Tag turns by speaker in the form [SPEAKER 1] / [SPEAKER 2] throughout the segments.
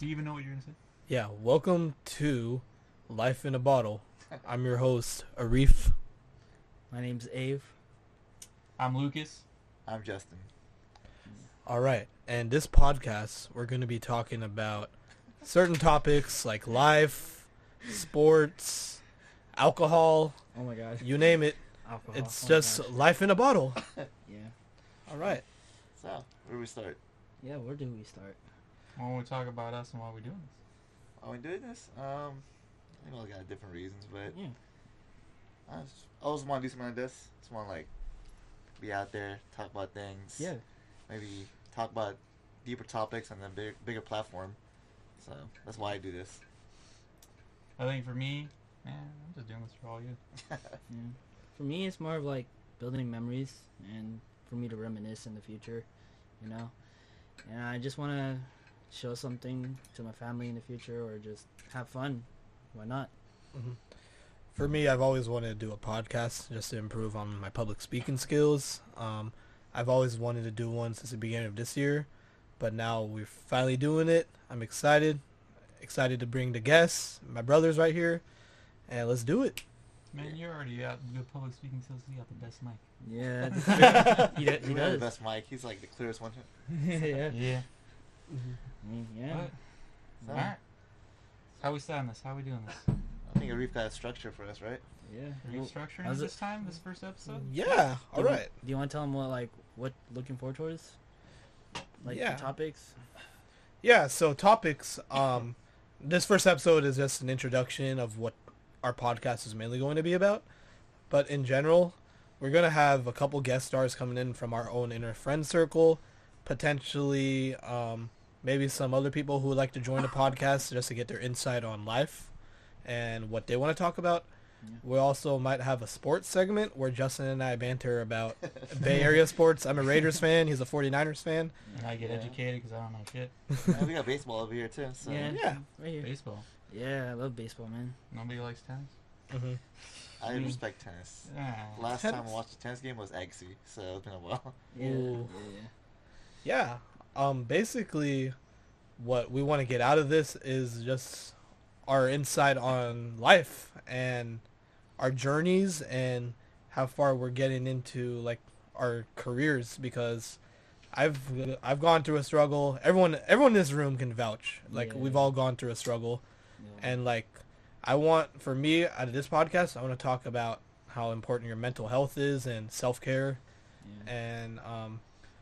[SPEAKER 1] even know what you're gonna say.
[SPEAKER 2] Yeah, welcome to Life in a Bottle. I'm your host, Arif.
[SPEAKER 3] My name's Ave.
[SPEAKER 1] I'm Lucas.
[SPEAKER 4] I'm Justin.
[SPEAKER 2] All right, and this podcast, we're going to be talking about certain topics like life, sports, alcohol,
[SPEAKER 3] Oh my gosh.
[SPEAKER 2] you name it.
[SPEAKER 3] Alcohol.
[SPEAKER 2] It's
[SPEAKER 3] Oh my
[SPEAKER 2] just
[SPEAKER 3] gosh.
[SPEAKER 2] life in a bottle.
[SPEAKER 3] Yeah.
[SPEAKER 2] All right.
[SPEAKER 4] So, where do we start?
[SPEAKER 3] Yeah, where do we start?
[SPEAKER 1] Why don't we talk about us and why we're doing this?
[SPEAKER 4] Are we doing this? Um, I think we all got different reasons, but
[SPEAKER 3] Yeah.
[SPEAKER 4] I just, I always want to do something like this. Just want to like be out there, talk about things.
[SPEAKER 3] Yeah.
[SPEAKER 4] Maybe talk about deeper topics on a big, bigger platform. So that's why I do this.
[SPEAKER 1] I think for me, man, I'm just doing this for all you.
[SPEAKER 3] yeah. For me, it's more of like building memories and for me to reminisce in the future, you know? And I just want to show something to my family in the future or just have fun. Why not?
[SPEAKER 2] For me, I've always wanted to do a podcast just to improve on my public speaking skills. Um, I've always wanted to do one since the beginning of this year, but now we're finally doing it. I'm excited. Excited to bring the guests. My brother's right here, and let's do it.
[SPEAKER 1] Man, you're already out good public speaking skills. You got the best mic.
[SPEAKER 3] Yeah. he,
[SPEAKER 4] You
[SPEAKER 3] do- he
[SPEAKER 4] really have the
[SPEAKER 3] does.
[SPEAKER 4] best mic. He's like the clearest one.
[SPEAKER 3] yeah.
[SPEAKER 1] Yeah.
[SPEAKER 3] I mean, yeah.
[SPEAKER 1] But,
[SPEAKER 4] So,
[SPEAKER 1] all right. How we starting this? How we doing this?
[SPEAKER 4] I think Arif got a structure for us, right?
[SPEAKER 3] Yeah.
[SPEAKER 1] Are you structuring
[SPEAKER 3] how's
[SPEAKER 1] this
[SPEAKER 3] it-
[SPEAKER 1] time? This first episode?
[SPEAKER 2] Yeah. All
[SPEAKER 3] Do you-
[SPEAKER 2] right.
[SPEAKER 3] Do you want to tell them what like what looking forward towards? Like
[SPEAKER 2] Yeah.
[SPEAKER 3] the topics.
[SPEAKER 2] Yeah, so topics. Um, this first episode is just an introduction of what our podcast is mainly going to be about. But in general, we're going to have a couple guest stars coming in from our own inner friend circle, potentially um, maybe some other people who would like to join the podcast just to get their insight on life and what they want to talk about.
[SPEAKER 3] Yeah.
[SPEAKER 2] We also might have a sports segment where Justin and I banter about Bay Area sports. I'm a Raiders fan. He's a 49ers fan.
[SPEAKER 1] And I get
[SPEAKER 4] Yeah.
[SPEAKER 1] educated because I don't know shit.
[SPEAKER 4] Yeah, we got baseball over here too. So
[SPEAKER 3] yeah.
[SPEAKER 2] yeah.
[SPEAKER 3] Right here.
[SPEAKER 1] Baseball.
[SPEAKER 3] Yeah, I love baseball, man.
[SPEAKER 1] Nobody likes tennis.
[SPEAKER 2] Mm-hmm.
[SPEAKER 4] I
[SPEAKER 1] Mm.
[SPEAKER 4] respect tennis.
[SPEAKER 1] Ah.
[SPEAKER 4] Last time I
[SPEAKER 2] Tennis.
[SPEAKER 4] watched a tennis game was Agassi, so it's been a while.
[SPEAKER 3] Yeah.
[SPEAKER 2] Ooh.
[SPEAKER 3] yeah.
[SPEAKER 2] Yeah. Um basically what we want to get out of this is just our insight on life and our journeys and how far we're getting into like our careers because I've I've gone through a struggle. Everyone everyone in this room can vouch. Like
[SPEAKER 3] Yeah.
[SPEAKER 2] we've all gone through a struggle
[SPEAKER 3] Yeah.
[SPEAKER 2] and like i want for me out of this podcast i want to talk about how important your mental health is and self-care
[SPEAKER 3] Yeah.
[SPEAKER 2] and um,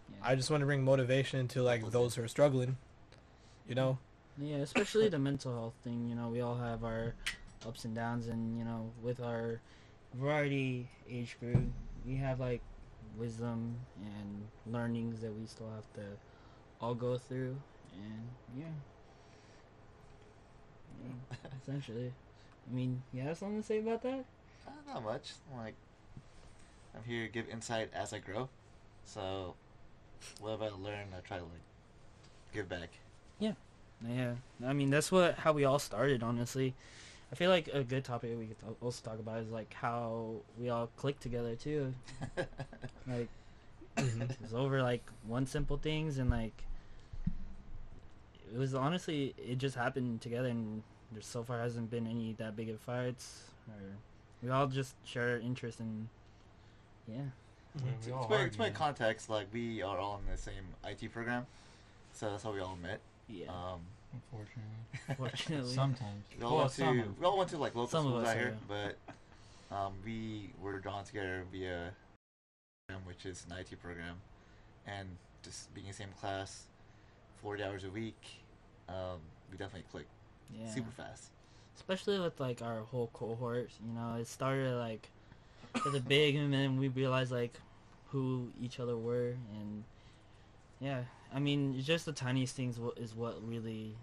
[SPEAKER 3] Yeah.
[SPEAKER 2] i just want to bring motivation to like those who are struggling you know
[SPEAKER 3] Yeah, especially the mental health thing. You know, we all have our ups and downs, and you know, with our variety age group, we have like wisdom and learnings that we still have to all go through, and yeah, yeah essentially. I mean, you have something to say about that?
[SPEAKER 4] Uh, not much. I'm like, I'm here to give insight as I grow. So, whatever I learn, I try to like give back.
[SPEAKER 3] Yeah, I mean that's what how we all started. Honestly, I feel like a good topic we could al- also talk about is like how we all click together too. like it was over like one simple things and like it was honestly it just happened together and there so far hasn't been any that big of fights or we all just share our interest and yeah
[SPEAKER 1] We,
[SPEAKER 4] To
[SPEAKER 2] Mm-hmm.
[SPEAKER 1] we all
[SPEAKER 4] explain, explain
[SPEAKER 1] argue.
[SPEAKER 4] context, like we are all in the same IT program, so that's how we all met.
[SPEAKER 3] yeah
[SPEAKER 4] Um,
[SPEAKER 1] Unfortunately.
[SPEAKER 3] Fortunately.
[SPEAKER 1] Sometimes.
[SPEAKER 4] we all
[SPEAKER 1] Well,
[SPEAKER 4] went
[SPEAKER 1] some
[SPEAKER 4] to
[SPEAKER 1] of-
[SPEAKER 4] we all went to like local
[SPEAKER 3] Some of
[SPEAKER 4] schools
[SPEAKER 3] us
[SPEAKER 4] out
[SPEAKER 3] are,
[SPEAKER 4] here, but um, we were drawn together via program, which is an IT program, and just being in the same class, forty hours a week, um, we definitely clicked
[SPEAKER 3] yeah
[SPEAKER 4] super fast.
[SPEAKER 3] especially with like our whole cohort you know it started like with a big and then we realized like who each other were and yeah i mean it's just the tiniest things wha- is what really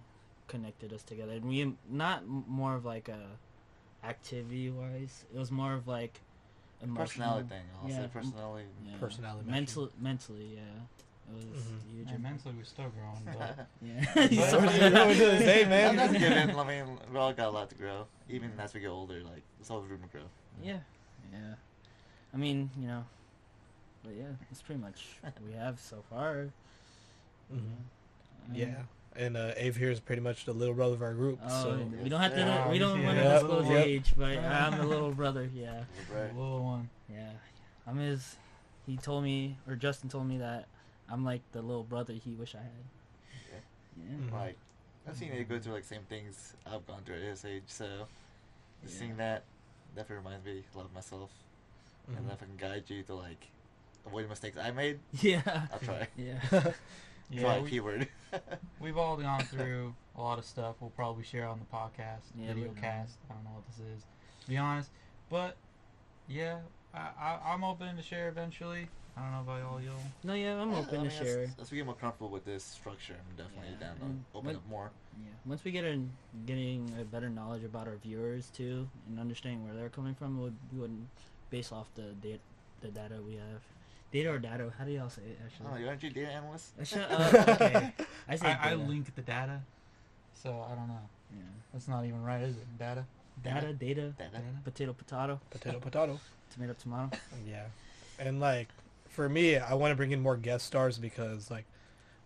[SPEAKER 3] connected us together and we not m- more of like a activity wise it was more of like emotional
[SPEAKER 4] personality thing. I'll
[SPEAKER 3] Yeah.
[SPEAKER 4] say personality.
[SPEAKER 3] yeah.
[SPEAKER 2] Personality
[SPEAKER 3] mental mentally yeah it was
[SPEAKER 2] Mhm.
[SPEAKER 3] huge
[SPEAKER 1] Yeah, mentally, we're still growing, but
[SPEAKER 3] yeah
[SPEAKER 1] But-
[SPEAKER 3] Sorry.
[SPEAKER 2] Hey, man.
[SPEAKER 4] That- that's given. I mean, we all got a lot to grow. Even as we get older, like it's all room to grow.
[SPEAKER 3] Yeah. Yeah. I mean, you know. But yeah, that's pretty much what we have so far.
[SPEAKER 2] Mhm.
[SPEAKER 3] Um,
[SPEAKER 2] yeah and uh, Ave here is pretty much the little brother of our group.
[SPEAKER 3] Oh,
[SPEAKER 2] so mm-hmm.
[SPEAKER 3] we don't have to.
[SPEAKER 1] Yeah,
[SPEAKER 3] we don't
[SPEAKER 1] yeah.
[SPEAKER 3] want to
[SPEAKER 2] Yeah.
[SPEAKER 3] disclose
[SPEAKER 2] Yeah.
[SPEAKER 3] age, but I'm the little brother. Yeah,
[SPEAKER 4] Right.
[SPEAKER 1] Little one.
[SPEAKER 3] yeah. I'm his. He told me, or Justin told me that I'm like the little brother he wish I had. Yeah.
[SPEAKER 2] Mhm.
[SPEAKER 4] Like, I've seen Abe go through like same things I've gone through at his age, so just seeing that definitely reminds me a lot of myself,
[SPEAKER 2] Mm-hmm.
[SPEAKER 4] and if I can guide you to like avoid mistakes I made,
[SPEAKER 3] Yeah.
[SPEAKER 4] I'll try.
[SPEAKER 3] Yeah.
[SPEAKER 4] try
[SPEAKER 1] Yeah,
[SPEAKER 4] a
[SPEAKER 1] we,
[SPEAKER 4] keyword.
[SPEAKER 1] we've all gone through a lot of stuff. We'll probably share on the podcast,
[SPEAKER 3] Yeah,
[SPEAKER 1] video
[SPEAKER 3] we-
[SPEAKER 1] cast. I don't know what this is, to be honest. But yeah, I, I, I'm open to share eventually. I don't know about all y'all.
[SPEAKER 3] No, yeah. I'm
[SPEAKER 4] Yeah,
[SPEAKER 3] open
[SPEAKER 4] I
[SPEAKER 3] to
[SPEAKER 4] mean,
[SPEAKER 3] share.
[SPEAKER 4] Let's, let's get more comfortable with this structure. I'm definitely
[SPEAKER 3] Yeah,
[SPEAKER 4] down
[SPEAKER 3] and
[SPEAKER 4] to
[SPEAKER 3] what-
[SPEAKER 4] open up more.
[SPEAKER 3] Yeah. Once we get in, getting a better knowledge about our viewers too, and understanding where they're coming from, we we would base off the data, the data we have, data or data. How do y'all say it
[SPEAKER 4] I don't know,
[SPEAKER 3] actually?
[SPEAKER 4] you aren't you a data analyst?
[SPEAKER 3] Uh, Shut up. Okay. I say
[SPEAKER 1] I, I
[SPEAKER 3] data.
[SPEAKER 1] link the data, so I don't know.
[SPEAKER 3] Yeah.
[SPEAKER 1] That's not even right, is it? Data.
[SPEAKER 3] Data, data,
[SPEAKER 4] Data.
[SPEAKER 1] Data.
[SPEAKER 3] potato, potato,
[SPEAKER 2] Potato, potato.
[SPEAKER 3] tomato, tomato.
[SPEAKER 2] Yeah, and like for me, I want to bring in more guest stars because like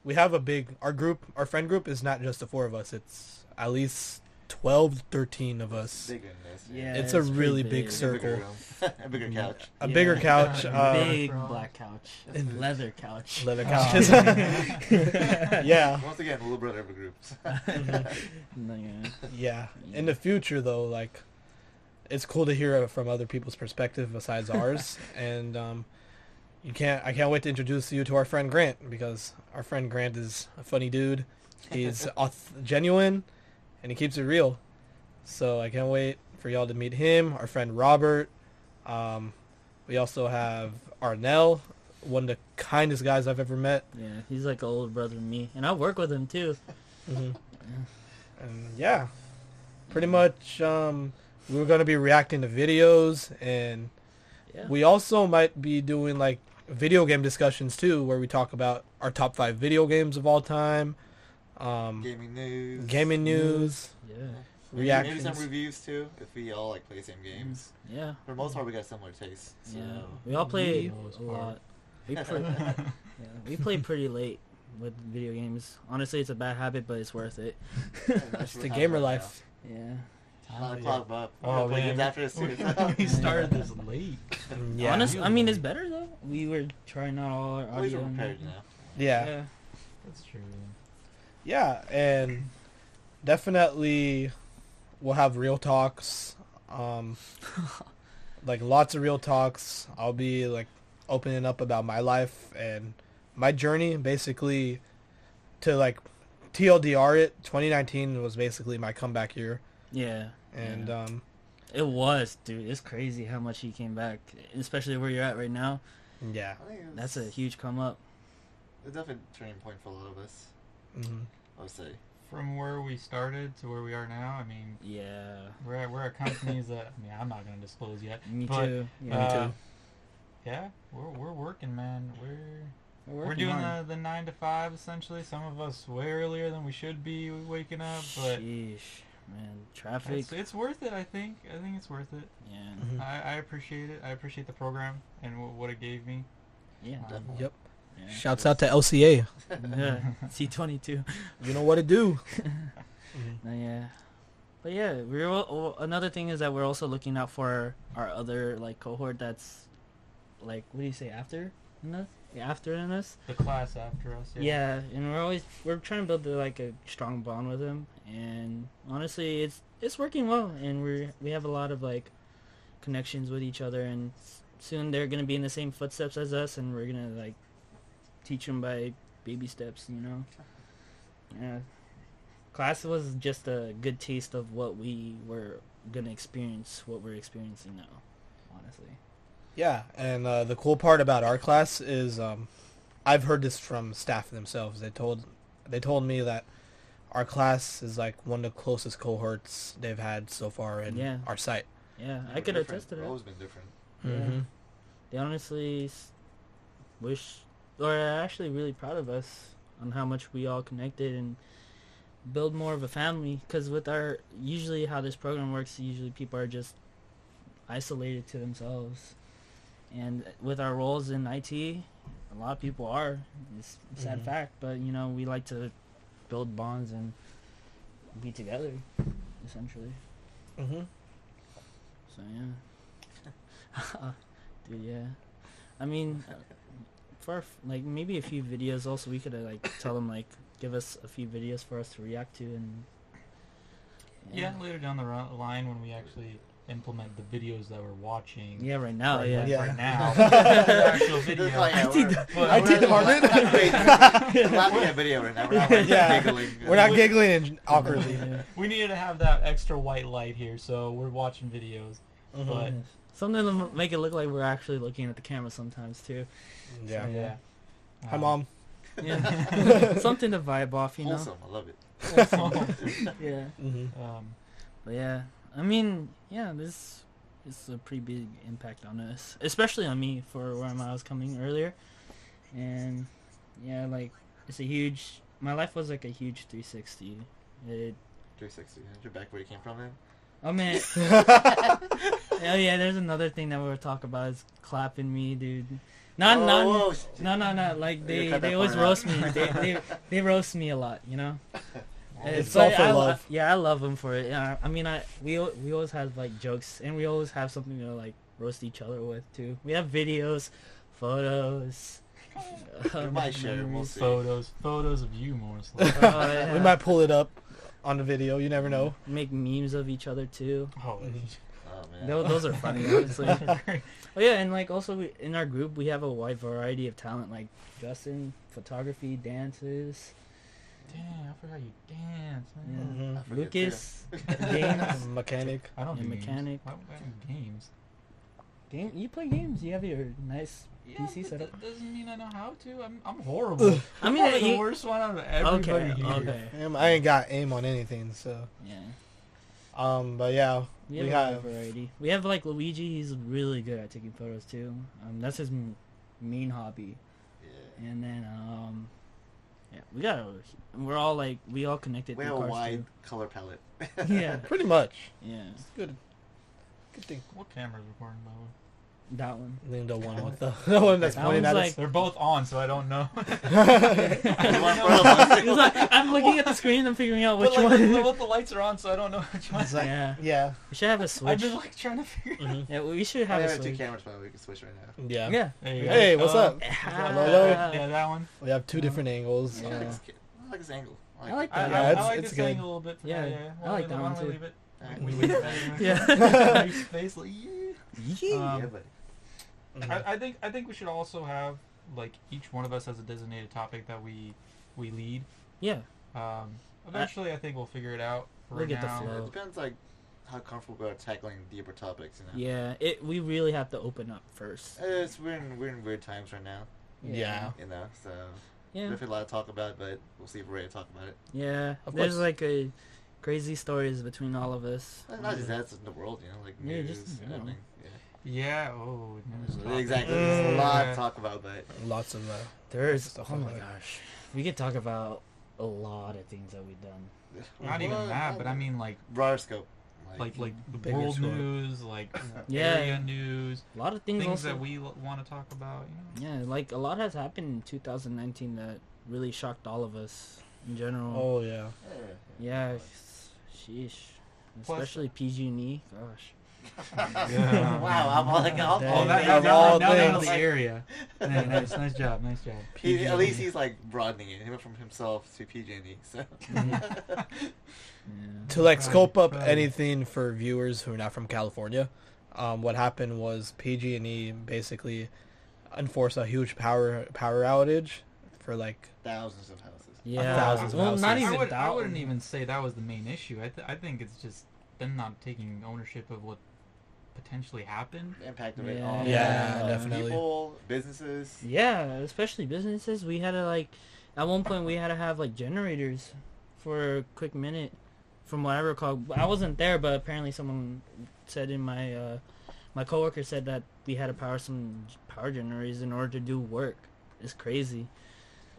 [SPEAKER 2] we have a big our group, our friend group is not just the four of us. It's at least 12, 13 of us.
[SPEAKER 4] Big in this,
[SPEAKER 3] Yeah,
[SPEAKER 2] It's a
[SPEAKER 3] it's pretty
[SPEAKER 2] really big
[SPEAKER 3] big. Yeah,
[SPEAKER 4] A bigger
[SPEAKER 2] circle,
[SPEAKER 4] room. a bigger couch.
[SPEAKER 2] a
[SPEAKER 3] Yeah.
[SPEAKER 2] bigger couch,
[SPEAKER 1] Big
[SPEAKER 2] uh,
[SPEAKER 3] Big
[SPEAKER 1] Bro.
[SPEAKER 3] black couch,
[SPEAKER 4] That's-
[SPEAKER 3] leather couch.
[SPEAKER 2] leather
[SPEAKER 1] Oh.
[SPEAKER 2] couches. yeah,
[SPEAKER 4] Once again, little brother of a group.
[SPEAKER 3] No, yeah.
[SPEAKER 2] yeah. In the future, though, like it's cool to hear from other people's perspective besides ours, and um, you can't. I can't wait to introduce you to our friend Grant because our friend Grant is a funny dude. He's auth- genuine, and he keeps it real. So I can't wait for y'all to meet him. Our friend Robert. Um, we also have Arnell, one of the kindest guys I've ever met.
[SPEAKER 3] yeah, he's like an older brother to me, and I work with him too.
[SPEAKER 2] Mhm. And yeah, pretty much um, we're going to be reacting to videos and
[SPEAKER 3] Yeah.
[SPEAKER 2] we also might be doing like video game discussions too where we talk about our top five video games of all time, um,
[SPEAKER 4] Gaming news.
[SPEAKER 2] gaming news,
[SPEAKER 3] yeah.
[SPEAKER 4] Maybe- Maybe some
[SPEAKER 2] reactions. Mm.
[SPEAKER 4] reviews too, if we all like play the same games.
[SPEAKER 3] Yeah.
[SPEAKER 4] For the most part, we got similar tastes. So. uh,
[SPEAKER 3] Yeah, we all play
[SPEAKER 1] Most
[SPEAKER 3] a
[SPEAKER 1] part.
[SPEAKER 3] lot. We, pre- yeah, we play pretty late with video games. Honestly, it's a bad habit, but it's worth it.
[SPEAKER 2] It's the gamer life.
[SPEAKER 3] Yeah.
[SPEAKER 2] Oh,
[SPEAKER 4] Nine
[SPEAKER 1] Yeah.
[SPEAKER 4] o'clock, but we
[SPEAKER 1] Oh,
[SPEAKER 4] gotta play
[SPEAKER 1] man.
[SPEAKER 4] games after this
[SPEAKER 1] We,
[SPEAKER 4] too.
[SPEAKER 1] we started this late.
[SPEAKER 2] Yeah.
[SPEAKER 3] Honest, I mean, it's better though. We were trying out all
[SPEAKER 2] Oh,
[SPEAKER 3] our
[SPEAKER 4] At least
[SPEAKER 3] audio.
[SPEAKER 4] we're
[SPEAKER 3] and-
[SPEAKER 4] prepared now.
[SPEAKER 2] Yeah.
[SPEAKER 3] yeah.
[SPEAKER 1] That's true.
[SPEAKER 2] yeah and definitely we'll have real talks um like lots of real talks i'll be like opening up about my life and my journey basically to like tldr it 2019 was basically my comeback year
[SPEAKER 3] Yeah.
[SPEAKER 2] and
[SPEAKER 3] Yeah.
[SPEAKER 2] um
[SPEAKER 3] It was, dude. It's crazy how much he came back, especially where you're at right now.
[SPEAKER 2] yeah
[SPEAKER 4] I think it was-
[SPEAKER 3] That's a huge come up.
[SPEAKER 4] It's definitely a turning point for a lot of us.
[SPEAKER 2] hmm
[SPEAKER 4] I would say.
[SPEAKER 1] From where we started to where we are now, I mean,
[SPEAKER 3] Yeah.
[SPEAKER 1] we're at, we're at companies that I mean, I'm not gonna disclose yet.
[SPEAKER 3] Me
[SPEAKER 1] But,
[SPEAKER 3] too. Yeah.
[SPEAKER 2] uh,
[SPEAKER 1] too. Yeah, we're we're working, man. We're
[SPEAKER 3] we're,
[SPEAKER 1] we're,
[SPEAKER 3] working
[SPEAKER 1] doing
[SPEAKER 3] hard.
[SPEAKER 1] the, the nine to five essentially. Some of us way earlier than we should be waking up, but
[SPEAKER 3] Sheesh, man, traffic.
[SPEAKER 1] it's, it's worth it. I think I think it's worth it.
[SPEAKER 3] Yeah.
[SPEAKER 2] Mhm.
[SPEAKER 1] I, I appreciate it. I appreciate the program and w- what it gave me.
[SPEAKER 3] Yeah.
[SPEAKER 1] Um,
[SPEAKER 2] yep
[SPEAKER 3] Yeah.
[SPEAKER 2] shouts out to lca
[SPEAKER 3] yeah. C22.
[SPEAKER 2] you know what to do
[SPEAKER 3] No, yeah. But yeah, we're al- al- another thing is that we're also looking out for our other like cohort that's like what do you say after in us? Yeah, after in us.
[SPEAKER 1] the class after us. Yeah.
[SPEAKER 3] Yeah. and we're always we're trying to build the, like a strong bond with them, and honestly, it's it's working well, and we're we have a lot of like connections with each other, and s- soon they're gonna be in the same footsteps as us, and we're gonna like teach them by baby steps, you know. Yeah, class was just a good taste of what we were gonna experience, what we're experiencing now, honestly.
[SPEAKER 2] Yeah, and uh, the cool part about our class is um, I've heard this from staff themselves. They told they told me that our class is like one of the closest cohorts they've had so far in
[SPEAKER 3] Yeah.
[SPEAKER 2] our site. Mm-hmm.
[SPEAKER 3] Yeah, I
[SPEAKER 4] We're
[SPEAKER 3] could
[SPEAKER 4] different.
[SPEAKER 3] attest to
[SPEAKER 4] We've
[SPEAKER 3] that.
[SPEAKER 4] always been different.
[SPEAKER 3] Yeah. Mhm. they honestly s- wish or are actually really proud of us on how much we all connected and build more of a family because with our usually how this program works usually people are just isolated to themselves and with our roles in IT a lot of people are it's a sad
[SPEAKER 2] Mhm.
[SPEAKER 3] fact but you know we like to build bonds and be together, essentially.
[SPEAKER 2] Mm-hmm.
[SPEAKER 3] So yeah, dude, yeah. I mean, uh, for our f- like maybe a few videos. Also, we could uh, like tell them like give us a few videos for us to react to and
[SPEAKER 1] Yeah, later down the ro- line when we actually implement the videos that we're watching.
[SPEAKER 3] yeah. Right now,
[SPEAKER 1] right,
[SPEAKER 3] yeah.
[SPEAKER 1] like,
[SPEAKER 2] Yeah.
[SPEAKER 1] right now. the actual video.
[SPEAKER 4] Like, yeah,
[SPEAKER 2] I did-
[SPEAKER 4] we're-
[SPEAKER 2] I did
[SPEAKER 4] we're-
[SPEAKER 2] Harvard.
[SPEAKER 4] Wait, we're laughing at video right now. We're not like,
[SPEAKER 2] Yeah.
[SPEAKER 4] giggling.
[SPEAKER 2] We're not giggling and awkwardly.
[SPEAKER 3] Yeah.
[SPEAKER 1] We needed to have that extra white light here, so we're watching videos.
[SPEAKER 2] Mhm.
[SPEAKER 1] But-
[SPEAKER 3] Sometimes it'll make it look like we're actually looking at the camera sometimes too.
[SPEAKER 2] Yeah.
[SPEAKER 1] yeah.
[SPEAKER 2] Hi,
[SPEAKER 1] Um,
[SPEAKER 2] mom.
[SPEAKER 3] Yeah, something to vibe off, you know.
[SPEAKER 4] Wholesome. I love it.
[SPEAKER 3] Yeah,
[SPEAKER 2] Mm-hmm.
[SPEAKER 1] um,
[SPEAKER 3] but yeah. I mean, yeah, this is a pretty big impact on us, especially on me for where I was coming earlier, and yeah, like it's a huge. My life was like a huge 360. It,
[SPEAKER 4] 360. You're back where you came from, man.
[SPEAKER 3] oh man, oh yeah. There's another thing that we were talking about is clapping me, dude. Not
[SPEAKER 4] Oh,
[SPEAKER 3] not.
[SPEAKER 4] whoa, shit.
[SPEAKER 3] No, no, no. Like
[SPEAKER 4] You
[SPEAKER 3] they,
[SPEAKER 4] cut that
[SPEAKER 3] they always
[SPEAKER 4] part out.
[SPEAKER 3] roast me. They, they, they roast me a lot, you know.
[SPEAKER 2] It's
[SPEAKER 3] but
[SPEAKER 2] all for
[SPEAKER 3] I, lo-
[SPEAKER 2] love.
[SPEAKER 3] yeah, I love them for it. Yeah, I mean, I we al- we always have like jokes, and we always have something to like roast each other with too. We have videos, photos. uh,
[SPEAKER 4] We might share them, we'll
[SPEAKER 3] memories.
[SPEAKER 4] see.
[SPEAKER 1] photos, photos of you, more so.
[SPEAKER 3] Oh, yeah.
[SPEAKER 2] We might pull it up on the video. You never know.
[SPEAKER 3] make memes of each other too.
[SPEAKER 1] Oh,
[SPEAKER 4] Oh, man.
[SPEAKER 3] Tho- those are funny, honestly. Oh yeah, and like also we, in our group we have a wide variety of talent, like Justin, photography, dances,
[SPEAKER 1] Damn, I forgot you dance,
[SPEAKER 3] yeah.
[SPEAKER 1] man.
[SPEAKER 2] Mhm.
[SPEAKER 4] I forget
[SPEAKER 3] Lucas,
[SPEAKER 4] too.
[SPEAKER 3] games.
[SPEAKER 2] Mechanic.
[SPEAKER 1] I don't
[SPEAKER 3] Yeah,
[SPEAKER 1] do
[SPEAKER 3] mechanic.
[SPEAKER 1] Games. Why would I do games?
[SPEAKER 3] Game, you play games. You have your nice
[SPEAKER 1] Yeah,
[SPEAKER 3] PC
[SPEAKER 1] but
[SPEAKER 3] setup.
[SPEAKER 1] that doesn't mean I know how to. I'm, I'm horrible.
[SPEAKER 3] I
[SPEAKER 1] I'm
[SPEAKER 3] mean,
[SPEAKER 1] probably the
[SPEAKER 3] you-
[SPEAKER 1] worst one out of everybody
[SPEAKER 3] Okay,
[SPEAKER 1] here.
[SPEAKER 3] okay,
[SPEAKER 2] Um, I ain't got aim on anything, so.
[SPEAKER 3] yeah.
[SPEAKER 2] Um, but yeah,
[SPEAKER 3] We
[SPEAKER 2] We
[SPEAKER 3] have, a lot
[SPEAKER 2] have-
[SPEAKER 3] of variety. We have like Luigi. He's really good at taking photos too. Um, that's his m- main hobby.
[SPEAKER 4] Yeah.
[SPEAKER 3] And then um, yeah, we got. a- We're all like we all connected.
[SPEAKER 4] We
[SPEAKER 3] through
[SPEAKER 4] have a
[SPEAKER 3] cars,
[SPEAKER 4] wide color palette.
[SPEAKER 3] too. Yeah,
[SPEAKER 2] pretty much.
[SPEAKER 3] yeah.
[SPEAKER 2] It's good. Good thing.
[SPEAKER 1] What camera's recording, by the way?
[SPEAKER 3] That one.
[SPEAKER 2] I think the one with the, the one that's
[SPEAKER 3] That
[SPEAKER 2] pointing at
[SPEAKER 3] one's
[SPEAKER 2] us.
[SPEAKER 3] like-
[SPEAKER 1] They're both on, so I don't know.
[SPEAKER 3] It's like, I'm looking at the screen and figuring out which
[SPEAKER 1] but, like,
[SPEAKER 3] one.
[SPEAKER 1] the- both the lights are on, so I don't know which one.
[SPEAKER 2] It's like-
[SPEAKER 3] yeah,
[SPEAKER 2] yeah.
[SPEAKER 3] we should have a
[SPEAKER 1] I've
[SPEAKER 3] switch.
[SPEAKER 1] been like trying to figure.
[SPEAKER 2] Mhm.
[SPEAKER 3] Yeah, we should
[SPEAKER 4] I
[SPEAKER 3] have
[SPEAKER 4] have
[SPEAKER 3] a
[SPEAKER 4] two
[SPEAKER 3] switch.
[SPEAKER 4] cameras, probably. We can switch right now.
[SPEAKER 2] Yeah.
[SPEAKER 3] Mm-hmm. Yeah.
[SPEAKER 1] There you go.
[SPEAKER 2] Hey, what's
[SPEAKER 1] Uh,
[SPEAKER 2] up? Hello.
[SPEAKER 1] Yeah, that one.
[SPEAKER 2] We have two different angles.
[SPEAKER 4] I, like
[SPEAKER 3] Yeah.
[SPEAKER 4] this, ca- I like this angle.
[SPEAKER 3] I like
[SPEAKER 1] I,
[SPEAKER 3] that.
[SPEAKER 1] I-
[SPEAKER 2] Yeah,
[SPEAKER 1] I,
[SPEAKER 2] it's-
[SPEAKER 1] like
[SPEAKER 2] it's
[SPEAKER 1] this thing
[SPEAKER 2] good.
[SPEAKER 1] a little bit. for
[SPEAKER 3] Yeah,
[SPEAKER 1] now,
[SPEAKER 3] I like that one, too.
[SPEAKER 1] Leave it.
[SPEAKER 4] Alright,
[SPEAKER 1] We
[SPEAKER 4] we
[SPEAKER 1] leave
[SPEAKER 4] leave
[SPEAKER 1] it.
[SPEAKER 3] Yeah.
[SPEAKER 1] Leave space, like, yeah.
[SPEAKER 4] yeah,
[SPEAKER 1] Um,
[SPEAKER 4] but
[SPEAKER 2] Mm-hmm.
[SPEAKER 1] I, I think I think we should also have like each one of us has a designated topic that we we lead.
[SPEAKER 3] Yeah.
[SPEAKER 1] Um, eventually, I think we'll figure it out.
[SPEAKER 3] We'll
[SPEAKER 1] Right
[SPEAKER 3] get the
[SPEAKER 1] now,
[SPEAKER 4] yeah,
[SPEAKER 3] flow.
[SPEAKER 4] it depends like how comfortable we are tackling deeper topics. You know.
[SPEAKER 3] Yeah, it. We really have to open up first.
[SPEAKER 4] Uh, It's we're in we're in weird times right now.
[SPEAKER 2] Yeah.
[SPEAKER 4] You know, so
[SPEAKER 3] Yeah.
[SPEAKER 4] there's a lot to talk about, but we'll see if we're ready to talk about it.
[SPEAKER 3] Yeah.
[SPEAKER 2] Of
[SPEAKER 3] There's
[SPEAKER 2] course.
[SPEAKER 3] like a crazy stories between all of us.
[SPEAKER 4] Not- Not just that, it's in the world, you know, like
[SPEAKER 3] Yeah,
[SPEAKER 4] news
[SPEAKER 3] just in
[SPEAKER 4] and
[SPEAKER 3] general.
[SPEAKER 4] everything. Yeah.
[SPEAKER 1] Yeah. Oh. news
[SPEAKER 4] So,
[SPEAKER 1] topic.
[SPEAKER 4] Exactly. There's a lot
[SPEAKER 1] Yeah.
[SPEAKER 4] to talk about, but
[SPEAKER 2] Lots of uh,
[SPEAKER 3] There's
[SPEAKER 2] Stuff
[SPEAKER 3] oh
[SPEAKER 2] like
[SPEAKER 3] my
[SPEAKER 2] that.
[SPEAKER 3] gosh, we could talk about a lot of things that we've done.
[SPEAKER 1] Not even that, but I mean like
[SPEAKER 4] broader scope.
[SPEAKER 1] like like the
[SPEAKER 2] Bigger
[SPEAKER 1] world
[SPEAKER 2] scope.
[SPEAKER 1] news, like
[SPEAKER 3] mm, Yeah.
[SPEAKER 1] Uh, area news,
[SPEAKER 3] A lot of things,
[SPEAKER 1] things
[SPEAKER 3] also.
[SPEAKER 1] that we want to talk about. You know.
[SPEAKER 3] yeah, like a lot has happened in 2019 that really shocked all of us in general.
[SPEAKER 2] Oh yeah.
[SPEAKER 3] Yeah. s- Sheesh.
[SPEAKER 1] Plus-
[SPEAKER 3] Especially PG&E. E. Gosh.
[SPEAKER 1] Yeah.
[SPEAKER 4] wow, I'm all like, I'm
[SPEAKER 3] Yeah.
[SPEAKER 1] Oh,
[SPEAKER 4] all
[SPEAKER 1] that,
[SPEAKER 2] Yeah.
[SPEAKER 1] now,
[SPEAKER 2] Of
[SPEAKER 1] now-
[SPEAKER 2] all
[SPEAKER 1] now they know
[SPEAKER 2] things.
[SPEAKER 1] the area. Yeah, nice, nice job, nice job.
[SPEAKER 4] He, at least
[SPEAKER 1] PG&E.
[SPEAKER 4] he's like broadening it. He went from himself to PG&E. E, So
[SPEAKER 3] Mm-hmm. Yeah.
[SPEAKER 2] To like
[SPEAKER 1] Right,
[SPEAKER 2] scope up
[SPEAKER 1] right.
[SPEAKER 2] anything for viewers who are not from California, um, what happened was PG&E E basically enforced a huge power power outage for like
[SPEAKER 4] thousands of houses.
[SPEAKER 3] Yeah.
[SPEAKER 2] thousands of
[SPEAKER 3] well, not
[SPEAKER 2] houses.
[SPEAKER 3] even
[SPEAKER 1] I, would,
[SPEAKER 3] that
[SPEAKER 1] I wouldn't
[SPEAKER 3] one.
[SPEAKER 1] even say that was the main issue. I, th- I think it's just them not taking ownership of what potentially happened.
[SPEAKER 4] The impact of it
[SPEAKER 3] Yeah.
[SPEAKER 4] all.
[SPEAKER 2] Yeah,
[SPEAKER 4] uh,
[SPEAKER 2] definitely.
[SPEAKER 4] People, businesses.
[SPEAKER 3] Yeah, especially businesses. We had to like, at one point we had to have like generators for a quick minute, from what I recall. I wasn't there, but apparently someone said in my uh, my coworker said that we had to power some g- power generators in order to do work. It's crazy,